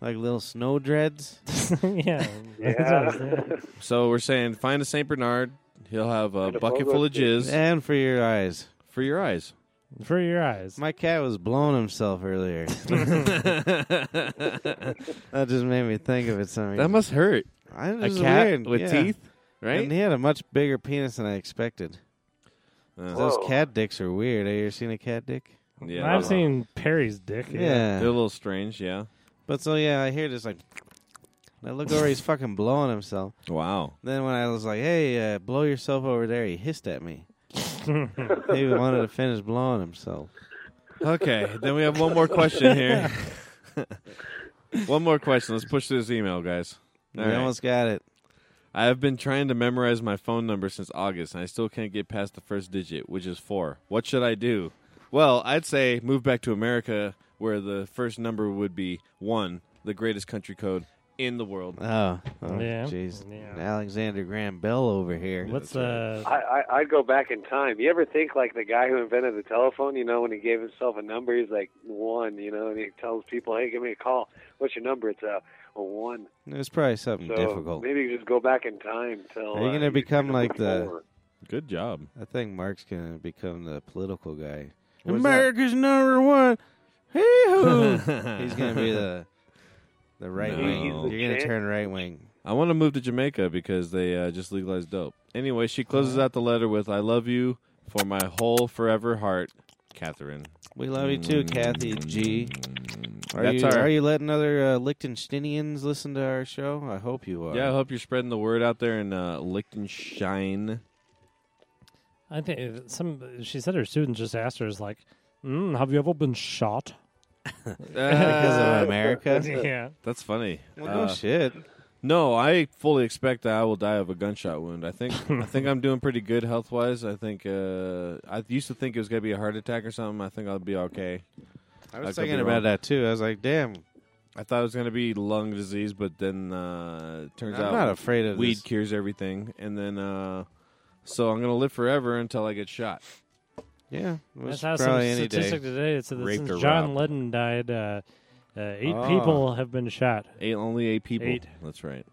Like little snow dreads? yeah. Yeah. so we're saying find a Saint Bernard. He'll have a And a bucket Bogo full of jizz and for your eyes. for your eyes. For your eyes. My cat was blowing himself earlier. that just made me think of it. Something That must hurt. I, it A was cat weird, with yeah. teeth, right? And he had a much bigger penis than I expected. Uh, Whoa. Those cat dicks are weird. Have you ever seen a cat dick? yeah, I've they're- seen Perry's dick. Yeah. They're a little strange, yeah. But so yeah, I hear this like. and I look over, he's fucking blowing himself. Wow. Then when I was like, "Hey, uh, blow yourself over there," he hissed at me. he wanted to finish blowing himself. Okay, then we have one more question here. one more question. Let's push through this email, guys. All we right. almost got it. I have been trying to memorize my phone number since August, and I still can't get past the first digit, which is four. What should I do? Well, I'd say move back to America, where the first number would be one, the greatest country code in the world. Oh, oh, Yeah. jeez, Yeah. Alexander Graham Bell over here. What's uh? I, I I'd go back in time. You ever think like the guy who invented the telephone? You know, when he gave himself a number, he's like one. You know, and he tells people, "Hey, give me a call. What's your number?" It's a, a one. It was probably something So difficult. maybe you just go back in time. Till Are you uh, gonna become number like the- four. Good job. I think Mark's gonna become the political guy. What's that? America's number one. Hee-hoo. He's He's gonna be the the right wing. No. You're gonna turn right wing. I want to move to Jamaica because they uh, just legalized dope. Anyway, she closes out the letter with "I love you for my whole forever heart, Catherine." We love you too, Kathy G. Are That's you our- are you letting other uh, Liechtensteinians listen to our show? I hope you are. Yeah, I hope you're spreading the word out there in uh, Liechtenstein. I think some. She said her students just asked her, "Is like, mm, have you ever been shot?" because Uh, of America. yeah. that's funny. well, no Uh, shit. no, I fully expect that I will die of a gunshot wound. I think I think I'm doing pretty good health wise. I think uh, I used to think it was gonna be a heart attack or something. I think I'll be okay. I I could was be thinking wrong. about that too. I was like, damn, I thought it was going to be lung disease, but then uh, it turns I'm out not afraid of weed this. cures everything. And then, uh, so I'm going to live forever until I get shot. Yeah, it was That's how some probably any statistic day. today that said that Raped or since John robbed. Lennon died, uh, uh, eight Ah. people have been shot. Eight, only eight people. Eight. That's right.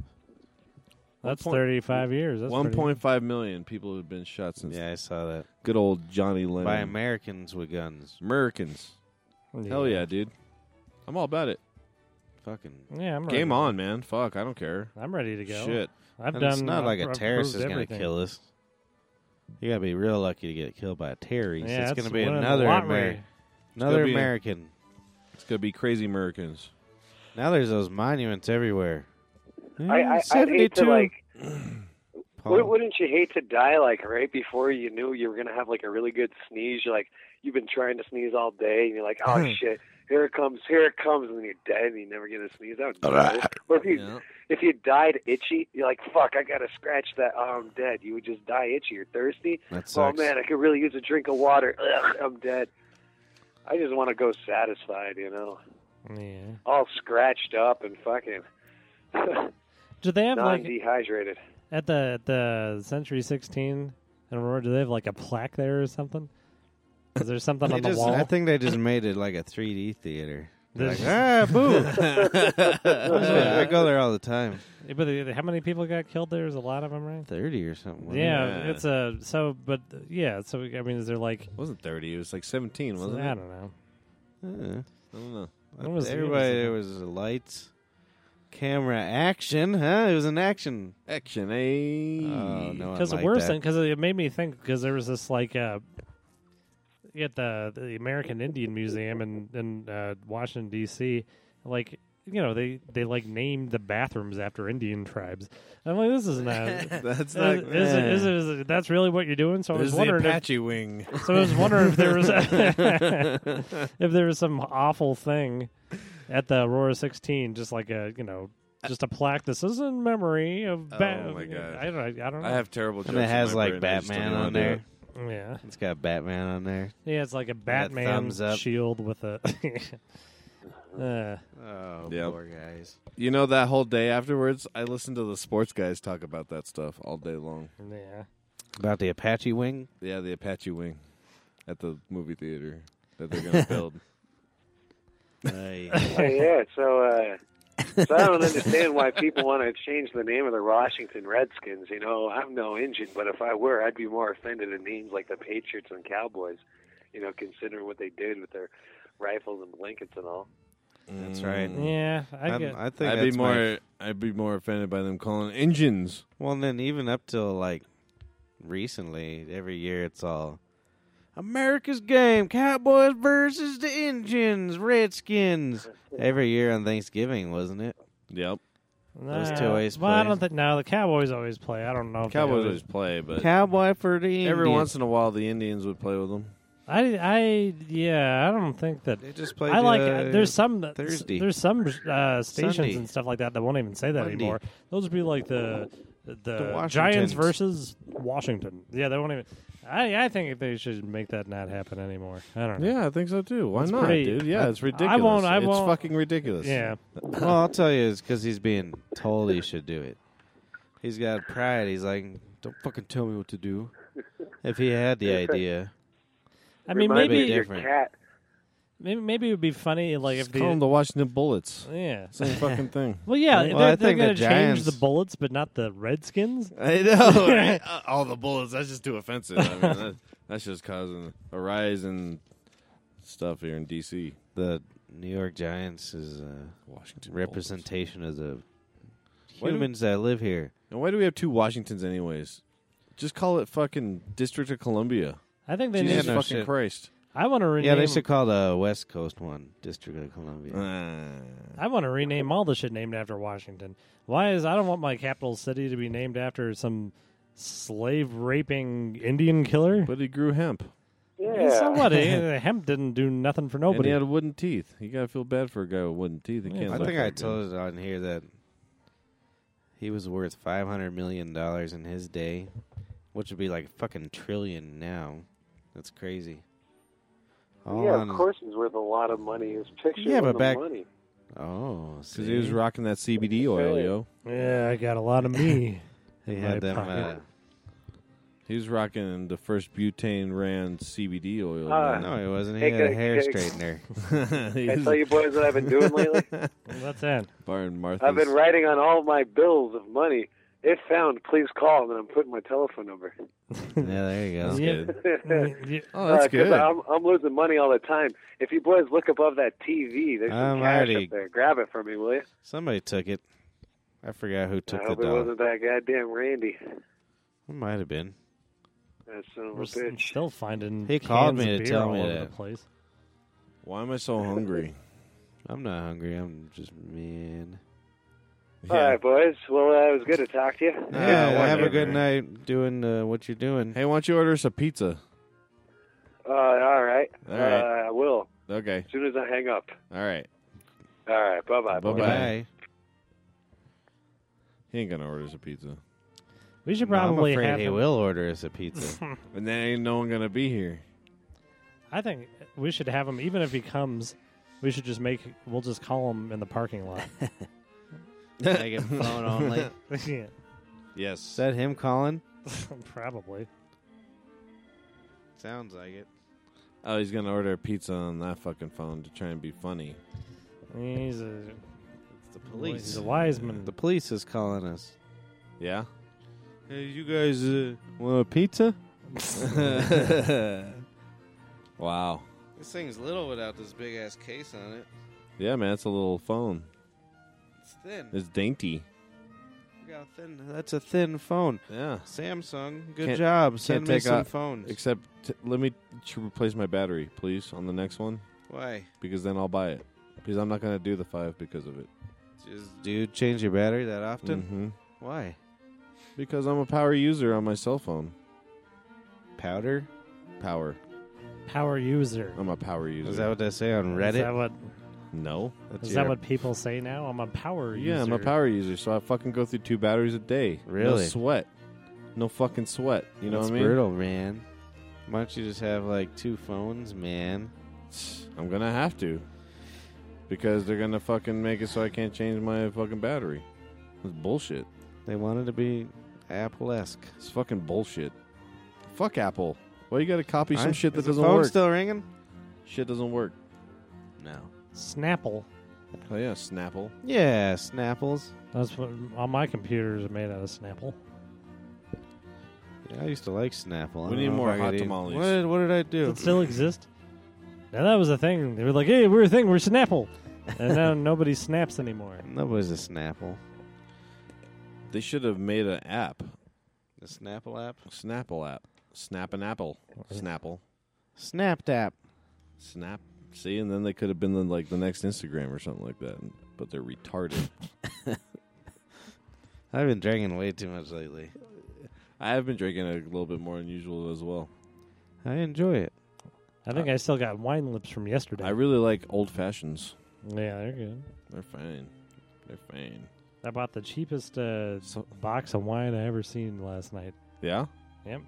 That's point- 35 years. That's One pretty- point five million people have been shot since Yeah, I saw that good old Johnny Lennon. um, by Americans with guns. Americans. Hell yeah, dude. I'm all about it. Fucking. Yeah, I'm ready. Game on, man. Fuck, I don't care. I'm ready to go. Shit. I've And done. uh, it's not I've like a pro- terrorist is proved going to everything. kill us. You got to be real lucky to get killed by a terrorist. Yeah, it's that's going to be one in the another lottery. Ameri- another gonna be a- American. It's gonna be crazy Americans. Now there's those monuments everywhere. Hmm, I, I, I'd hate to like. Paul. Wou- Wouldn't you hate to die like right before you knew you were gonna have like a really good sneeze? You're like you've been trying to sneeze all day, and you're like, oh Hmm. shit, here it comes, here it comes, and then you're dead, and you never get a sneeze. That would be cool. Or if you Yeah. if you died itchy, you're like, fuck, I gotta scratch that. Oh, I'm dead. You would just die itchy. You're thirsty. that sucks. Oh man, I could really use a drink of water. Ugh, I'm dead. I just want to go satisfied, you know, Yeah. all scratched up and fucking Do they have like non-dehydrated. at the at the Century 16 in Aurora? Do they have like a plaque there or something? Is there something They on the just- wall? I think they just made it like a 3D theater. They're This- Like, ah, boo! I go there all the time. Yeah, but the- how many people got killed there? There's a lot of them, right? Thirty or something. wasn't Yeah, Yeah. it's a so, but yeah, so I mean, is there like It wasn't thirty, it was like seventeen, I don't wasn't it? know. it? I don't know. Uh, What was the- everybody what was the- there was lights, camera, action. Huh? It was an action. Action A Oh no! I Because the like worst that. thing, because it made me think, because there was this like uh, at the the American Indian Museum in in uh, Washington D.C. Like you know they they like named the bathrooms after Indian tribes. I'm like, this is not. is, That's not is, it- is it- is it- that's really what you're doing? So I This is was the wondering. If, Apache wing. so I was wondering if there was if there was some awful thing at the Aurora 16, just like a you know. Just a plaque. This is in memory of. Ba- Oh, my God. I don't. know- I don't know. I have terrible jokes. And it in has my like brain, I just don't Batman wanna on do there. it. Yeah. It's got Batman on there. Yeah, it's like a that Batman thumbs up. shield with a. uh, Oh, Yep. poor guys. You know that whole day afterwards, I listened to the sports guys talk about that stuff all day long. yeah. About the Apache wing. Yeah, the Apache wing at the movie theater that they're gonna build. Aye. Oh, yeah, so uh, so I don't understand why people want to change the name of the Washington Redskins. You know, I'm no engine, but if I were, I'd be more offended at names like the Patriots and Cowboys. You know, considering what they did with their rifles and blankets and all. that's right. Yeah, Mm, Hmm. I I'm- get. I think I'd that's be my- more I'd be more offended by them calling engines. Well, and then even up till like recently, every year it's all America's game, Cowboys versus the Indians, Redskins. Every year on Thanksgiving, wasn't it? Yep. those Nah, two always Well, I play. don't think. No, the Cowboys always play. I don't know. If they Cowboys always- always play, but Cowboy for the Indians. every once in a while the Indians would play with them. I, I, yeah, I don't think that. they just played. I like. uh, there's some. s- Thursday. There's some uh, stations Sunday. and stuff like that that won't even say that Monday. anymore. Those would be like the the, Washingtons. Giants versus Washington. Yeah, they won't even. I, I think they should make that not happen anymore. I don't know. Yeah, I think so too. Why It's not, pretty- dude? Yeah, it's ridiculous. won't- I it's won't- fucking ridiculous. Yeah. well, I'll tell you, it's because he's being told he should do it. He's got pride. He's like, don't fucking tell me what to do. If he had the idea, I mean, Remind me maybe of your different. cat. Maybe maybe it would be funny like if Just call them the the Washington Bullets. yeah. Same fucking thing. Well, yeah, Well, they're, I they're think the going to change Giants- the bullets, but not the Redskins. I know. right? Uh, All the bullets. That's just too offensive. I mean, that, that's just causing a rise in stuff here in D.C. the New York Giants is uh, a Washington representation of the Why do- humans that live here. And why do we have two Washingtons anyways? Just call it fucking District of Columbia. I think they Jesus need. no fucking shit. Christ. I want to rename. Yeah, they should call the West Coast one District of Columbia. Uh, Ah. I want to rename all the shit named after Washington. Why is I don't want my capital city to be named after some slave raping Indian killer. but he grew hemp. Yeah. Yeah, so what? Eh, Hemp didn't do nothing for And nobody. he had wooden teeth. You gotta feel bad for a guy with wooden teeth. He Yeah, can't I look think that I good. told it on here that he was worth five hundred million dollars in his day, which would be like a fucking trillion now. That's crazy. All yeah, on- of course he's worth a lot of money. His picture Yeah, was but back- money. Oh, because he was see? rocking that CBD oil, yo. Yeah, I got a lot of me. He in my had them. Uh, pocket. He was rocking the first butane ran CBD oil. Ah. man. uh, no, he wasn't. He Hey, had a can I- hair can I- straightener. I He's tell you boys what I've been doing lately. What's that? Byron Martha's. I've been writing on all my bills of money. If found, please call, and I'm putting my telephone number. yeah, there you go. That's Yeah. good. Mm, Yeah. Oh, that's Uh, 'cause good. I'm, I'm losing money all the time. If you boys look above that TV, there's I'm some cash already- up there. Grab it for me, will you? Somebody took it. I forgot who took I the hope it dollar. wasn't that goddamn Randy. It might have been. That son of a We're s- bitch. still finding. He called cans me of to beer tell all me over that. The place. Why am I so hungry? I'm not hungry. I'm just man. All right, boys. Well, uh, it was good to talk to you. Yeah, have a whatever. good night doing uh, what you're doing. Hey, why don't you order us a pizza? Uh, all right. All right. Uh, I will Okay. as soon as I hang up. All right. All right. Bye-bye. boys. Bye-bye. Bye. He ain't gonna order us a pizza. We should I'm probably afraid have. he him- will order us a pizza. And then ain't no one gonna be here. I think we should have him, even if he comes. We should just make. We'll just call him in the parking lot. Make it phone only. Yeah, Is Yes. that him calling? Probably. Sounds like it. Oh, he's gonna order a pizza on that fucking phone to try and be funny. He's a It's the He's police. a wise man. The police is calling us. Yeah. Hey, you guys uh, want a pizza? wow. This thing's little without this big ass case on it. Yeah, man, it's a little phone. It's thin. It's dainty. Look how thin. That's a thin phone. Yeah. Samsung, good Can't- job. Send me take some out- phones. Except, t- let me t- replace my battery, please, on the next one, Why? because then I'll buy it. Because I'm not gonna do the five because of it. Just do you change your battery that often? Mm-hmm. Why? Because I'm a power user on my cell phone. Powder? Power. power user. I'm a power user. Is that what they say on Reddit? Is that what? no. That's Is your- that what people say now? I'm a power user. Yeah, I'm a power user, so I fucking go through two batteries a day. No Really? sweat. No fucking sweat. You know That's what I mean? brutal, man. Why don't you just have like two phones, man? I'm gonna have to. Because they're gonna fucking make it so I can't change my fucking battery. It's bullshit. They wanted to be Apple esque. It's fucking bullshit. Fuck Apple. Why you gotta copy some shit that is doesn't the phone work? still ringing? Shit doesn't work. No. Snapple. Oh yeah, Snapple. Yeah, Snapples. That's what all my computers are made out of Snapple. Yeah, I used to like Snapple. I We don't need know if more I could hot eat- tamales. What did, what did I Does do? it still exist? Now that was a thing. They were like, "Hey, we're a thing. We're Snapple," and now nobody snaps anymore. Nobody's a Snapple. They should have made an app. The Snapple app? Snapple app. Snap an apple. Snapple. Snap tap. Snap. See, and then they could have been the, like the next Instagram or something like that. But they're retarded. I've been drinking way too much lately. I have been drinking a little bit more than usual as well. I enjoy it. I think I still got wine lips from yesterday. Uh, I really like old fashions. yeah, they're good. They're fine. They're fine. I bought the cheapest uh, So- box of wine I ever seen last night. Yeah, Yep.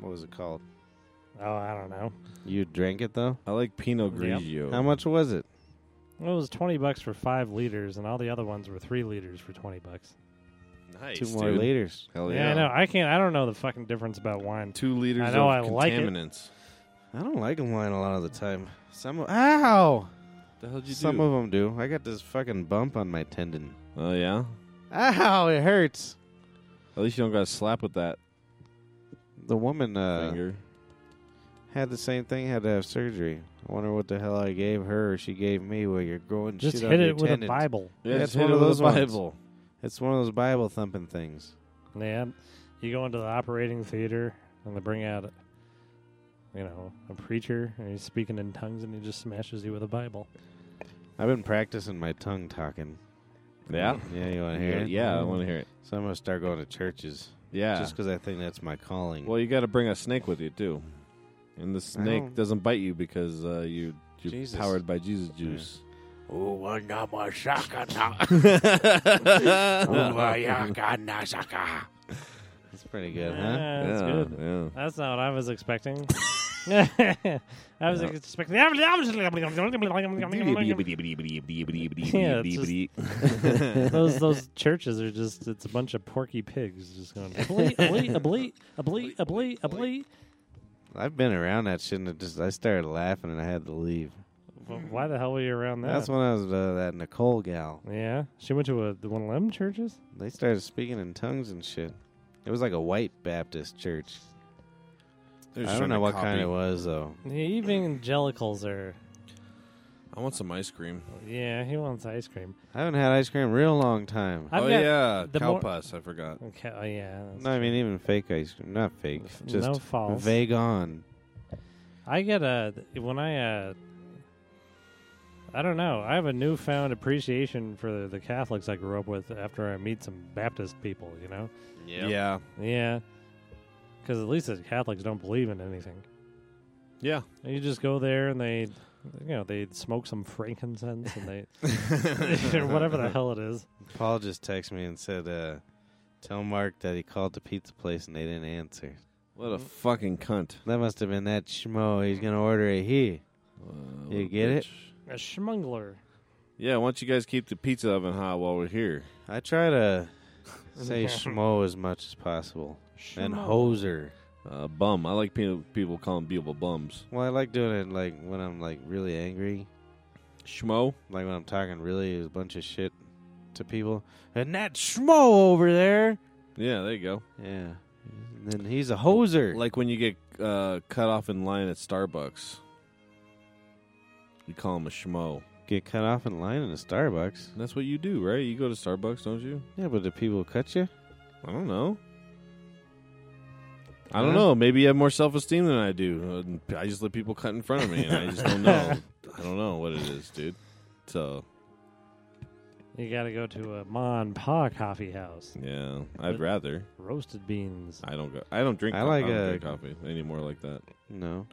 What was it called? Oh, I don't know. You drank it though? I like Pinot Yep. Grigio. How much was it? It was twenty bucks for five liters, and all the other ones were three liters for twenty bucks. Nice, Two more dude. liters. Hell yeah! yeah, I know. I can't. I don't know the fucking difference about wine. Two liters I know, of I like it. contaminants. I don't like wine a lot of the time. Some of, ow, The hell did you some do? of them do. I got this fucking bump on my tendon. oh yeah. Ow, it hurts. At least you don't got slapped with that The woman uh, finger. had the same thing. Had to have surgery. I wonder what the hell I gave her. or She gave me. Well, you're growing Just shit on hit it your with a tendons. Bible. Yeah, just it's hit one it of with those a ones. Bible. It's one of those Bible thumping things. Yeah, you go into the operating theater and they bring out, you know, a preacher and he's speaking in tongues and he just smashes you with a Bible. I've been practicing my tongue talking. Yeah. Yeah, you want to hear Yeah, it? I want to hear it. So I'm gonna start going to churches Yeah. just because I think that's my calling. well, you got to bring a snake with you too, and the snake don't- doesn't bite you because uh, you you're Jesus. powered by Jesus juice. Oh, that's pretty good, huh? Ah, that's yeah, good. Yeah. Uh-huh. That's not what I was expecting. I was No. expecting. those those churches are just it's a bunch of porky pigs just going ablee ablee ablee ablee ablee ablee. I've been around that shit and it just I started laughing and I had to leave. Wh- Why the hell were you around that? That's when I was uh, that Nicole gal. yeah, she went to a, the one of them churches. They started speaking in tongues and shit. It was like a white Baptist church. I don't know what kind it was though. Yeah, evangelicals are. I want some ice cream. Yeah, he wants ice cream. I haven't had ice cream in a real long time. I've oh got- yeah, the cow more- pus. I forgot. Okay. Oh yeah. that's- No, I mean even fake ice cream, not fake, F- just no false. vague on. I get a when I uh I don't know. I have a newfound appreciation for the, the Catholics I grew up with after I meet some Baptist people, you know? Yeah, Yeah. Cuz at least the Catholics don't believe in anything. yeah. You just go there and they you know, they smoke some frankincense and they or whatever the hell it is. Paul just texted me and said, uh, "Tell Mark that he called the pizza place and they didn't answer. What a fucking cunt. That must have been that schmo. He's gonna order it here. Uh, You little get it? bitch. A schmungler. Yeah. Why don't you guys keep the pizza oven hot while we're here? I try to say schmo as much as possible and hoser. Uh, bum. I like pe- people calling people bums. Well, I like doing it like when I'm like really angry, Schmo. like when I'm talking really a bunch of shit to people, and that schmo over there. Yeah, there you go. Yeah, and then he's a hoser. Like when you get uh, cut off in line at Starbucks, you call him a schmo. get cut off in line in a Starbucks. That's what you do, right? You go to Starbucks, don't you? Yeah, but do people cut you? I don't know. I don't Huh? know. Maybe you have more self esteem than I do. Uh, I just let people cut in front of me, and I just don't know. I don't know what it is, dude. So You got to go to a Ma and Pa coffee house. yeah, I'd rather. Roasted beans. I don't go. I don't drink. I I like I don't a- drink coffee anymore like that. No.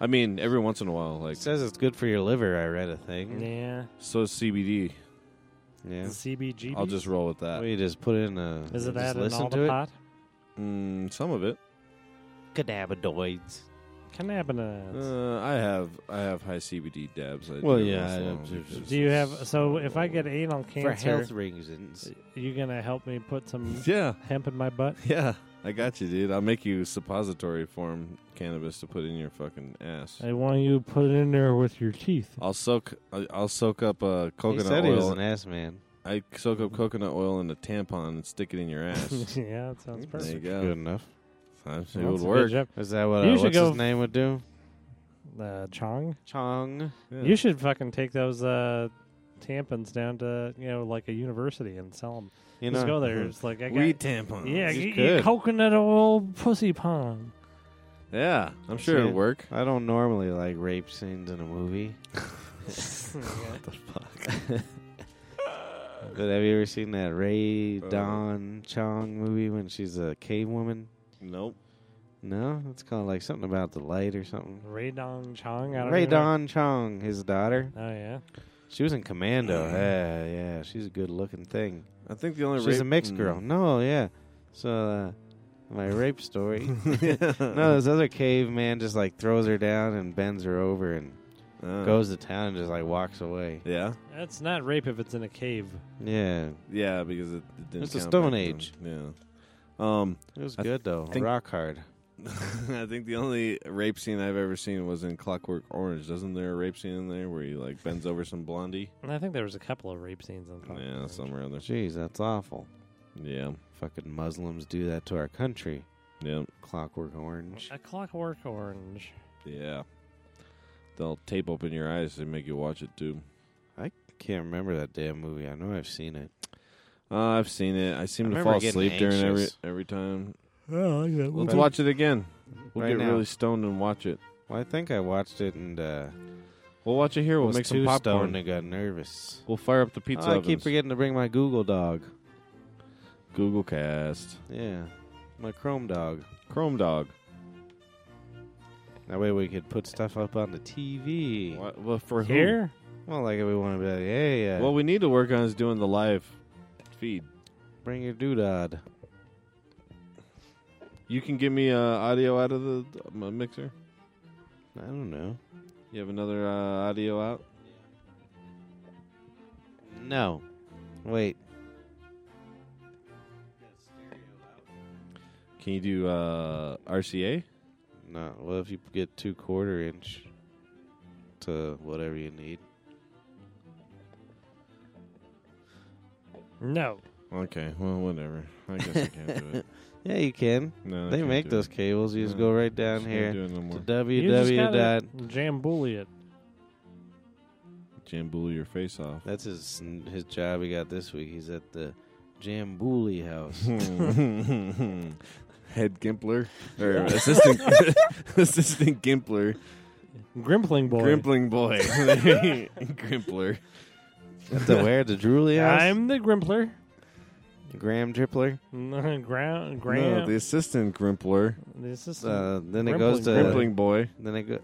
I mean, every once in a while, like It says it's good for your liver. I read a thing. Yeah. so is CBD. Yeah. CBGB. I'll just roll with that. We just put in a. Is it just that in listen all to the it. pot? Mm, some of it. Cannabinoids. Cannabinoids. Uh, I have I have high CBD dabs. I Well, do yeah, once in a I while have because- to- Do you have? So if I get anal For cancer, health reasons. you gonna help me put some Yeah, hemp in my butt? yeah. I got you, dude. I'll make you suppository form cannabis to put in your fucking ass. I want you to put it in there with your teeth. I'll soak. I- I'll soak up uh, He coconut said he was oil. an ass man. I soak up coconut oil in a tampon and stick it in your ass. yeah, that sounds there you perfect. Good go. enough. That's- It That's would a good work. job. Is that what You uh, should what's go his name would do? Uh, Chong, Chong. Yeah. you should fucking take those uh, tampons down to you know like a university and sell them. You Just know, go there. It's like I got. Weed tampons. yeah, You get your could. coconut oil pussy pond. yeah. I'm sure it'll See? work. I don't normally like rape scenes in a movie. But have you ever seen that Ray Uh. Don Chong movie when she's a cave woman? Nope. No, it's called like something about the light or something. Ray Dong Chong. I don't Ray even know. Don Chong, his daughter. Oh yeah. She was in Mm. Commando. Yeah, yeah. She's a good looking thing. I think the only She's a rape- mixed Mm. girl. No, yeah. So uh, my rape story. no, this other caveman just like throws her down and bends her over and Uh, goes to town and just like walks away. Yeah. That's not rape if it's in a cave. Yeah, Yeah, because it, it didn't. It's the count Stone back Age. Then. Yeah. Um, it was I good though. think- Rock hard. I think the only rape scene I've ever seen was in Clockwork Orange. Doesn't there a rape scene in there where he like bends over some blondie? And I think there was a couple of rape scenes in. Clockwork Yeah, Orange. somewhere in there. Jeez, that's awful. Yeah, Fucking Muslims do that to our country. yeah, Clockwork Orange. A Clockwork Orange. yeah. They'll tape open your eyes and make you watch it too. Can't remember that damn movie. I know I've seen it. Uh, I've seen it. I seem I to remember fall getting asleep during every anxious. every time. Let's Let's watch it again. We'll Right get now. really stoned and watch it. Well, I think I watched it and uh, We'll watch it here. We'll was make some too stoned popcorn. and got nervous. We'll fire up the pizza. Oh, I keep ovens. forgetting to bring my Google Dog. Google Cast, Yeah, my Chrome Dog. Chrome Dog. That way we could put stuff up on the TV. What, well, for who? Here? Well, like if we want to be like, hey, uh, What we need to work on is doing the live feed. bring your doodad. You can give me uh, audio out of the the- my mixer. I don't know. You have another uh, audio out? No. Wait. Can you do uh, RCA? No. Well, if you get two quarter inch to whatever you need. No. Okay, well, whatever. I guess I can't do it. Yeah, you can. No, I They can't make do those it. cables. You just No, go right down Just can't here do it no to more. You just www. gotta dot. Jambuli it. Jambool your face off. That's his his job he got this week. He's at the Jambooli house. Head Gimpler or assistant assistant Gimpler, Grimpling boy. Grimpling boy, Grimpler. That's the where the Drooly house. I'm the Grimpler. Graham Drippler. Ground, No, Graham. the assistant Grimpler, this is Uh, then it goes to Grimpling Grimpling. boy then it go.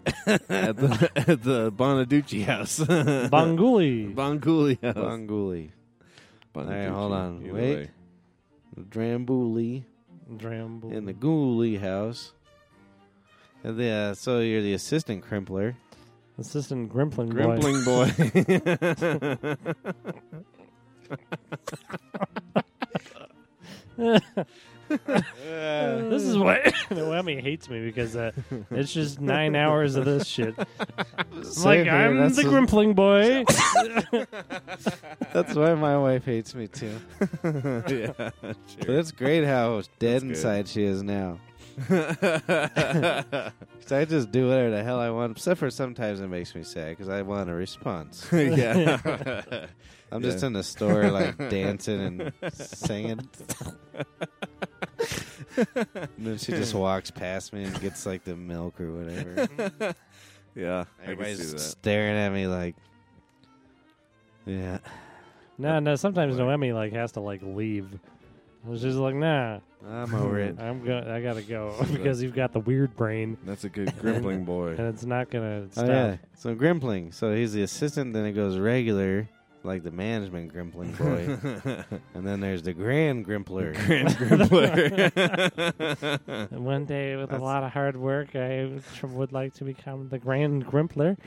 at the at the Bonaducci house, Banguli. Bonguli house. Bonguli. All right, hold Bonaducci, on. either Wait. way. Drambouli Dramble. in the Ghoulie house. And the, uh, so you're the assistant crimpler. Assistant Grimpling, boy. Grimpling boy. This is why Noemi hates me because uh, it's just nine hours of this shit. I'm Same like, here, I'm that's the a- Grimpling boy. That's why my wife hates me too. yeah, But it's great how dead good. inside she is now. sure. 'Cause I just do whatever the hell I want, except for sometimes it makes me sad because I want a response. yeah. I'm just Yeah. in the store like dancing and singing. and then she just walks past me and gets like the milk or whatever. yeah. I can see Everybody's that. staring at me like, yeah. no, no. Sometimes Noemi like has to like leave. She's like, nah, I'm over it. Mm, I'm go- I gotta go because you've got the weird brain That's a good grimpling boy. and it's not gonna Oh stop. yeah. So Grimpling. So he's the assistant. Then it goes regular, like the management Grimpling boy, and then there's the Grand Grimpler. Grand grimpler. And one day, with That's- a lot of hard work, I tr- would like to become the Grand Grimpler.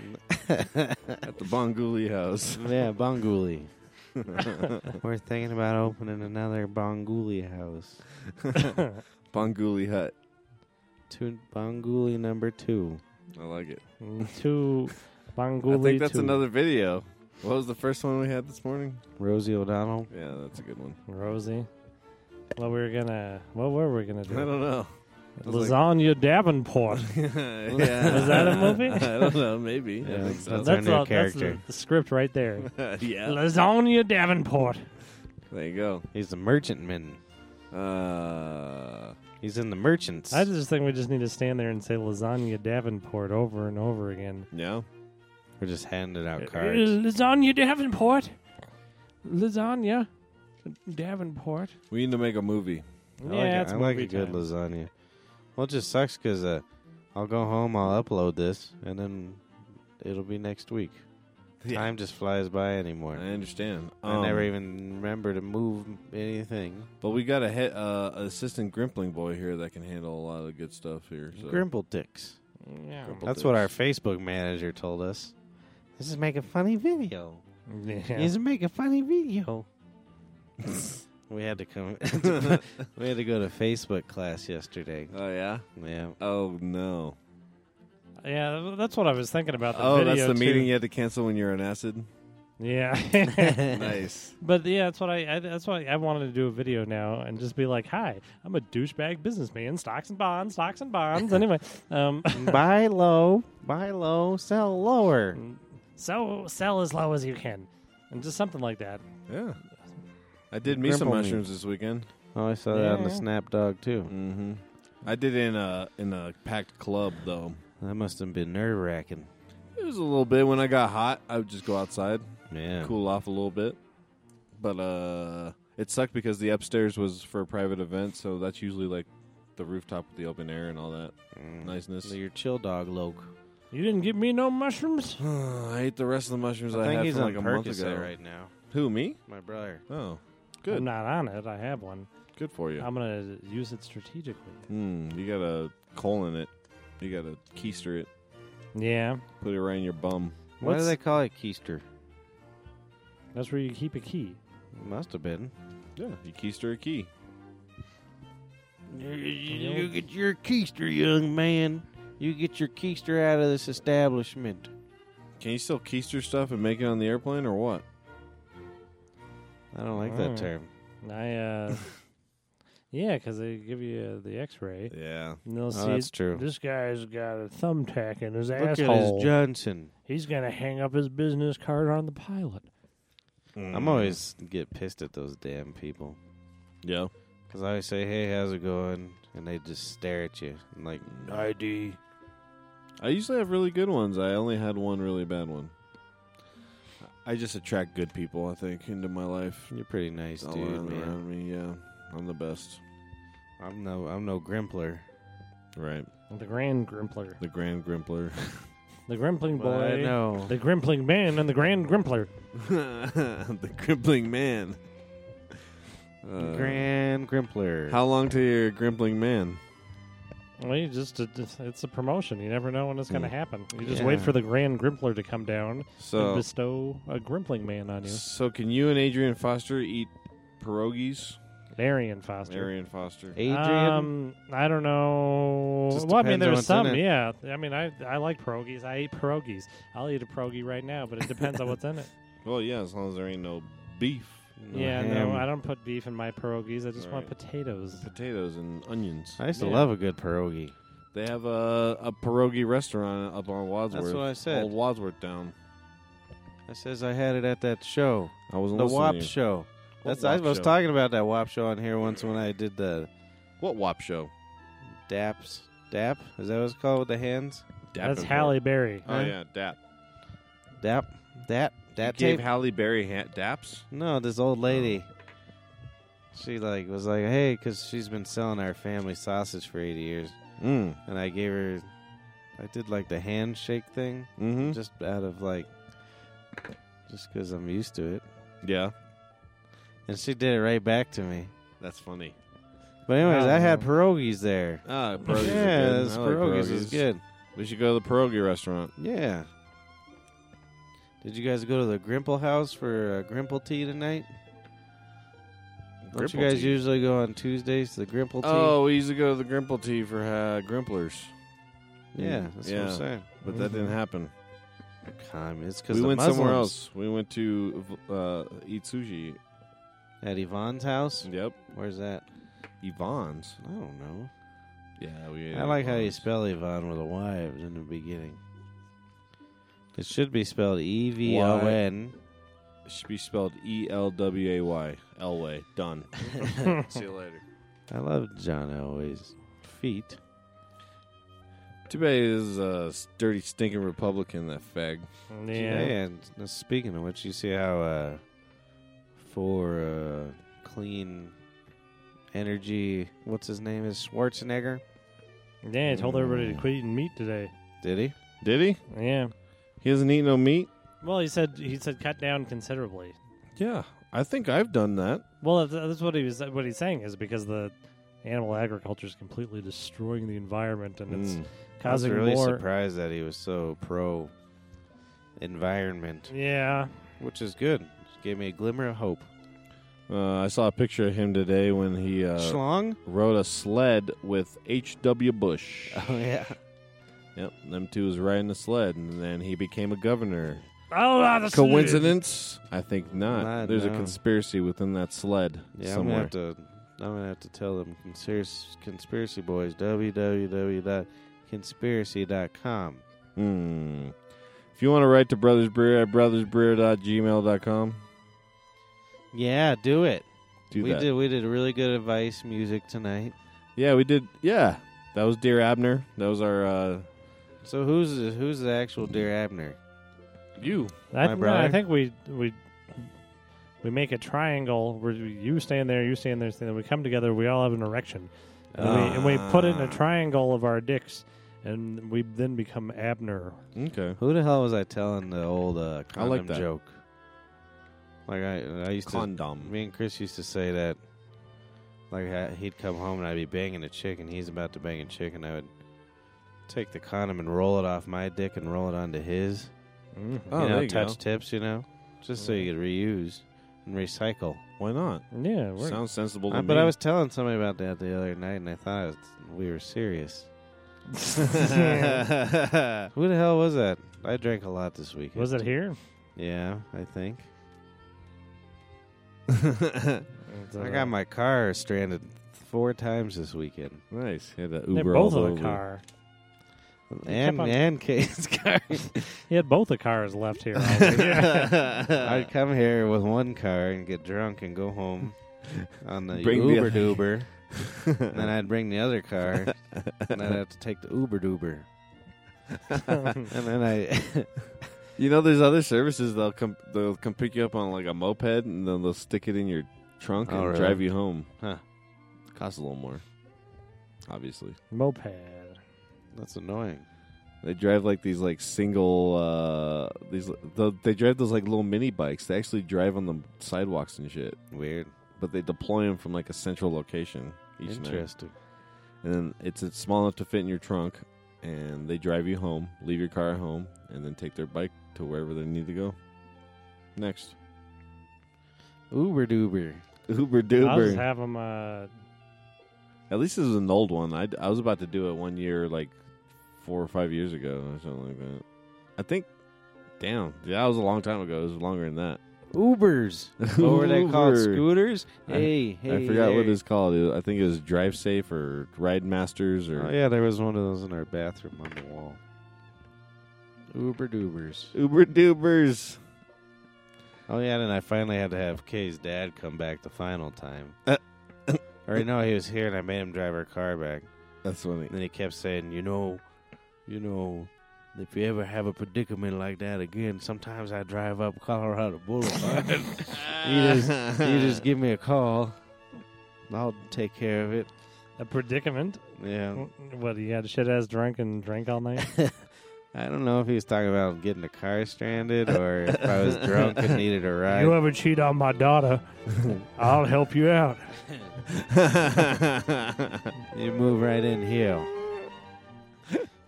At the Bonguli house. yeah, Bonguli. We're thinking about opening another Bonguli house. Bonguli hut. Two Bonguli number two. I like it. Two Banguli. I think that's two. another video. What was the first one we had this morning? Rosie O'Donnell. Yeah, that's a good one. Rosie. Well, we were gonna. What were we gonna I do? don't know. was like- Lasagna Davenport. yeah. Was that a movie? I don't know. Maybe. Yeah, I think so. That's our new all- that's the- character. the script right there. yeah. Lasagna Davenport. There you go. He's the merchantman. Uh, He's in the merchants. I just think we just need to stand there and say Lasagna Davenport over and over again. yeah. We're just handing out Uh, cards. Lasagna Davenport. Lasagna Davenport. We need to make a movie. I yeah, like, a- it's I like a movie good time. lasagna. Well, it just sucks because uh, I'll go home, I'll upload this, and then it'll be next week. Yeah. Time just flies by anymore. I understand. Um, I um never even remember to move anything. But we got a he- uh, assistant Grimpling boy here that can handle a lot of the good stuff here. So. Grimple dicks. Yeah. Grimple That's what our dicks. Facebook manager told us. This is make a funny video. Yeah. This is make a funny video. we had to come. we had to go to Facebook class yesterday. Oh yeah. Yeah. Oh no. Yeah, that's what I was thinking about. The oh, that's video, the too. meeting you had to cancel when you're on acid. Yeah. nice. But yeah, that's what I, I that's why I wanted to do a video now and just be like, "Hi, I'm a douchebag businessman, stocks and bonds, stocks and bonds." Anyway, um, buy low, buy low, sell lower. so sell as low as you can, and just something like that. Yeah. I did me some Grimple meat. mushrooms this weekend. Oh, I saw that on the Yeah. Snap Dog too. Mm-hmm. I did in a in a packed club though. That must have been nerve wracking. It was a little bit when I got hot. I would just go outside, Yeah. cool off a little bit. But uh, it sucked because the upstairs was for a private event, so that's usually like the rooftop with the open air and all that Mm. niceness. Your chill dog, Loke. You didn't give me no mushrooms. I ate the rest of the mushrooms I, had from like a month ago. right now. Who me? My brother. Oh, Good. I'm not on it. I have one. good for you. Hmm, I'm gonna use it strategically. Mm, you gotta colon it. You gotta keister it. Yeah, Put it right in your bum. Why do What's- they call it keister? that's where you keep a key. Must have been. Yeah, you keister a key. You get your keister, young man. You get your keister out of this establishment. Can you still keister stuff and make it on the airplane or what? I don't like Oh. that term. I uh, yeah, because they give you uh, the X-ray. Yeah. And they'll Oh, see that's true. this guy's got a thumbtack in his Look at asshole. his Johnson. He's gonna hang up his business card on the pilot. I'm always get pissed at those damn people Yeah. because I always say, "Hey, how's it going?" and they just stare at you and like ID. I usually have really good ones. I only had one really bad one. I just attract good people, I think, into my life. you're pretty nice, All dude, around, man. around me, yeah. I'm the best. I'm no, I'm no grimpler. Right. The Grand Grimpler, The Grand Grimpler. the Grimpling boy, I know. the Grimpling man, and the Grand Grimpler. the Grimpling Man. Uh, Grand grimpler. How long till you're a Grimpling Man? Well, you just it's a promotion. You never know when it's gonna Mm. happen. You just wait Yeah. for the Grand Grimpler to come down and So, bestow a Grimpling man on you. so can you and Adrian Foster eat pierogies? Arian Foster. Adrian Foster. Adrian. Um, I don't know. Just well, I mean, depends on there's what's some. in it. Yeah, I mean, I I like pierogies. I eat pierogies. I'll eat a pierogi right now, but it depends on what's in it. Well, yeah, as long as there ain't no beef, No Yeah, ham. no, I don't put beef in my pierogies. I just want Right. potatoes. potatoes and onions. I used to Yeah. love a good pierogi. They have a a pierogi restaurant up on Wadsworth. what I said. Old Wadsworth Town. I says I had it at that show, I wasn't the listening WAP to you. show. What That's I WAP was show? talking about that WAP show on here once when I did the What WAP show? DAPs. DAP is that what it's called with the hands? That's Davenport. Halle Berry. Oh yeah, Dap. DAP. DAP. DAP you tape. gave Halle Berry ha- Oh. Daps. No, this old lady. She like was like, hey, because she's been selling our family sausage for eighty years, Mm. and I gave her, I did like the handshake thing, Mm-hmm. just out of like, just because I'm used to it, Yeah, and she did it right back to me. that's funny. But anyways, Oh. I had pierogies there. Ah, yeah, pierogies are good. those I like pierogies is good. We should go to the pierogi restaurant. Yeah. Did you guys go to the Grimple house for uh, Grimple tea tonight? Don't you Grimple guys tea. usually go on Tuesdays to the Grimple tea? Oh, we used to go to the Grimple Tea for uh, Grimplers, yeah, that's what yeah. I'm saying. but that didn't happen. Time. It's because We the went Muslims somewhere else. We went to uh, eat sushi. At Yvonne's house? Yep, Where's that? Yvonne's. I don't know. Yeah, we. ate I like how you Yvonne's. spell Yvonne with a Y in the beginning. It should be spelled E V O N. It should be spelled E L W A Y. Elway. Done. See you later. I love John Elway's feet. Too bad he is a dirty, stinking Republican, that fag. Yeah. And speaking of which, you see how uh, for uh, clean energy, what's his name is Schwarzenegger? Yeah, I told everybody to quit eating meat today. Did he? Did he? Yeah. He hasn't eaten no meat? Well, he said he said cut down considerably. Yeah. I think I've done that. Well, that- that's what he was. What he's saying is because the animal agriculture is completely destroying the environment and it's Mm. I was causing really more. surprised that he was so pro environment. Yeah, which is good. Just gave me a glimmer of hope. Uh, I saw a picture of him today when he uh, Schlong? rode a sled with H.W. Bush. Oh yeah. yep, them two was riding a sled, and then he became a governor. Oh, ah, the sled. Coincidence? I think not. Not, There's a no. conspiracy within that sled Yeah, somewhere. I'm gonna have to. I'm gonna have to tell them conspiracy, conspiracy boys. www.conspiracy.com. Hmm. If you want to write to Brothers Breer at brothersbreer.gmail.com, Yeah, do it. do we that. did. We did really good advice music tonight. Yeah, we did. Yeah, that was Dear Abner. That was our uh, So who's the, who's the actual Dear Abner? you. I, My no, I brother. think we we we make a triangle where you stand there, you stand there, stand there. We come together. We all have an erection, and, we, and we put it in a triangle of our dicks, and we then become Abner. Okay. Who the hell was I telling the old uh, I like condom that. joke? Like I, I used to Condom. Me and Chris used to say that, like ha- he'd come home and I'd be banging a chick, and he's about to bang a chick, and I would Take the condom and roll it off my dick and roll it onto his. Mm. you know, touch tips, you know, just so you could reuse and recycle. Why not? Yeah, it works. Sounds sensible to Uh, me. but I was telling somebody about that the other night, and I thought I was, we were serious. Who the hell was that? I drank a lot this weekend. was it here? Yeah, I think. It's, I uh, got my car stranded four times this weekend, nice. Had that They Uber both all of over. the car. and on- and Kate's car. He had both the cars left here. all week. I'd come here with one car and get drunk and go home on the Bring the Uber other- Doober. and then I'd bring the other car, and I'd have to take the Uber Doober. and then I, You know, there's other services they'll come they'll come pick you up on like a moped and then they'll stick it in your trunk Oh, and really? drive you home. Huh. Costs a little more, obviously. Moped. that's annoying. They drive like these like single uh these they they drive those like little mini bikes. They actually drive on the sidewalks and shit, Weird. but they deploy them from like a central location each night. Interesting. And then it's it's small enough to fit in your trunk, and they drive you home, leave your car at home, and then take their bike to wherever they need to go. Next, Uber Doober. Uber I'll just Duber. have him. Uh, At least this is an old one. I, I was about to do it one year, like four or five years ago, or something like that. I think, damn, yeah, that was a long time ago. It was longer than that. Ubers. What were they called? Uber. Scooters? I- Hey, hey. I forgot what there. it was called. It- I think it was Drive Safe or Ride Masters or Oh, yeah, there was one of those in our bathroom on the wall. Uber Doobers. Uber Dubers. Oh, yeah, and I finally had to have Kay's dad come back the final time. Uh, or, no, he was here and I made him drive our car back. That's funny. And then he kept saying, you know, you know, if you ever have a predicament like that again, sometimes I drive up Colorado Boulevard. you just you just give me a call. I'll take care of it. a predicament. Yeah. What he had shit ass drunk and drank all night. I don't know if he was talking about getting the car stranded or if I was drunk and needed a ride. ever cheat on my daughter? I'll help you out. You move right in here.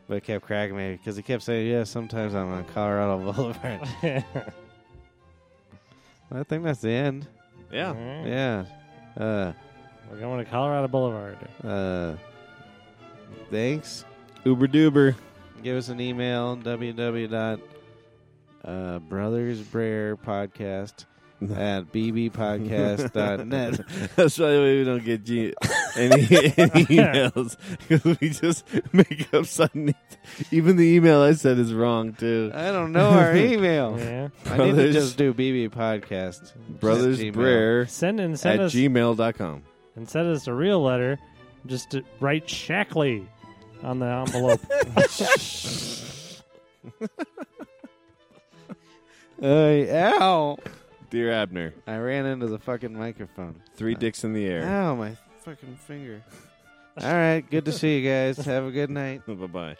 But it kept cracking me because he kept saying, yeah, sometimes I'm on Colorado Boulevard. I think that's the end. yeah. Alright. Yeah. Uh, We're going to Colorado Boulevard. uh, thanks. Uber Duber. Give us an email, www. Uh, Brothers Prayer Podcast at bbpodcast.net. That's why we don't get G- any, any emails because we just make up something. Even the email I said is wrong too. I don't know our email. Yeah. I need to Brothers- just do BB Podcast. Brothers Gmail. Brer Send and at send us gmail.com. and send us a real letter. Just to write Shackley on the envelope. Uh, ow. Dear Abner, I ran into the fucking microphone. three dicks in the air. Ow, my fucking finger. All right. Good to see you guys. Have a good night. bye bye.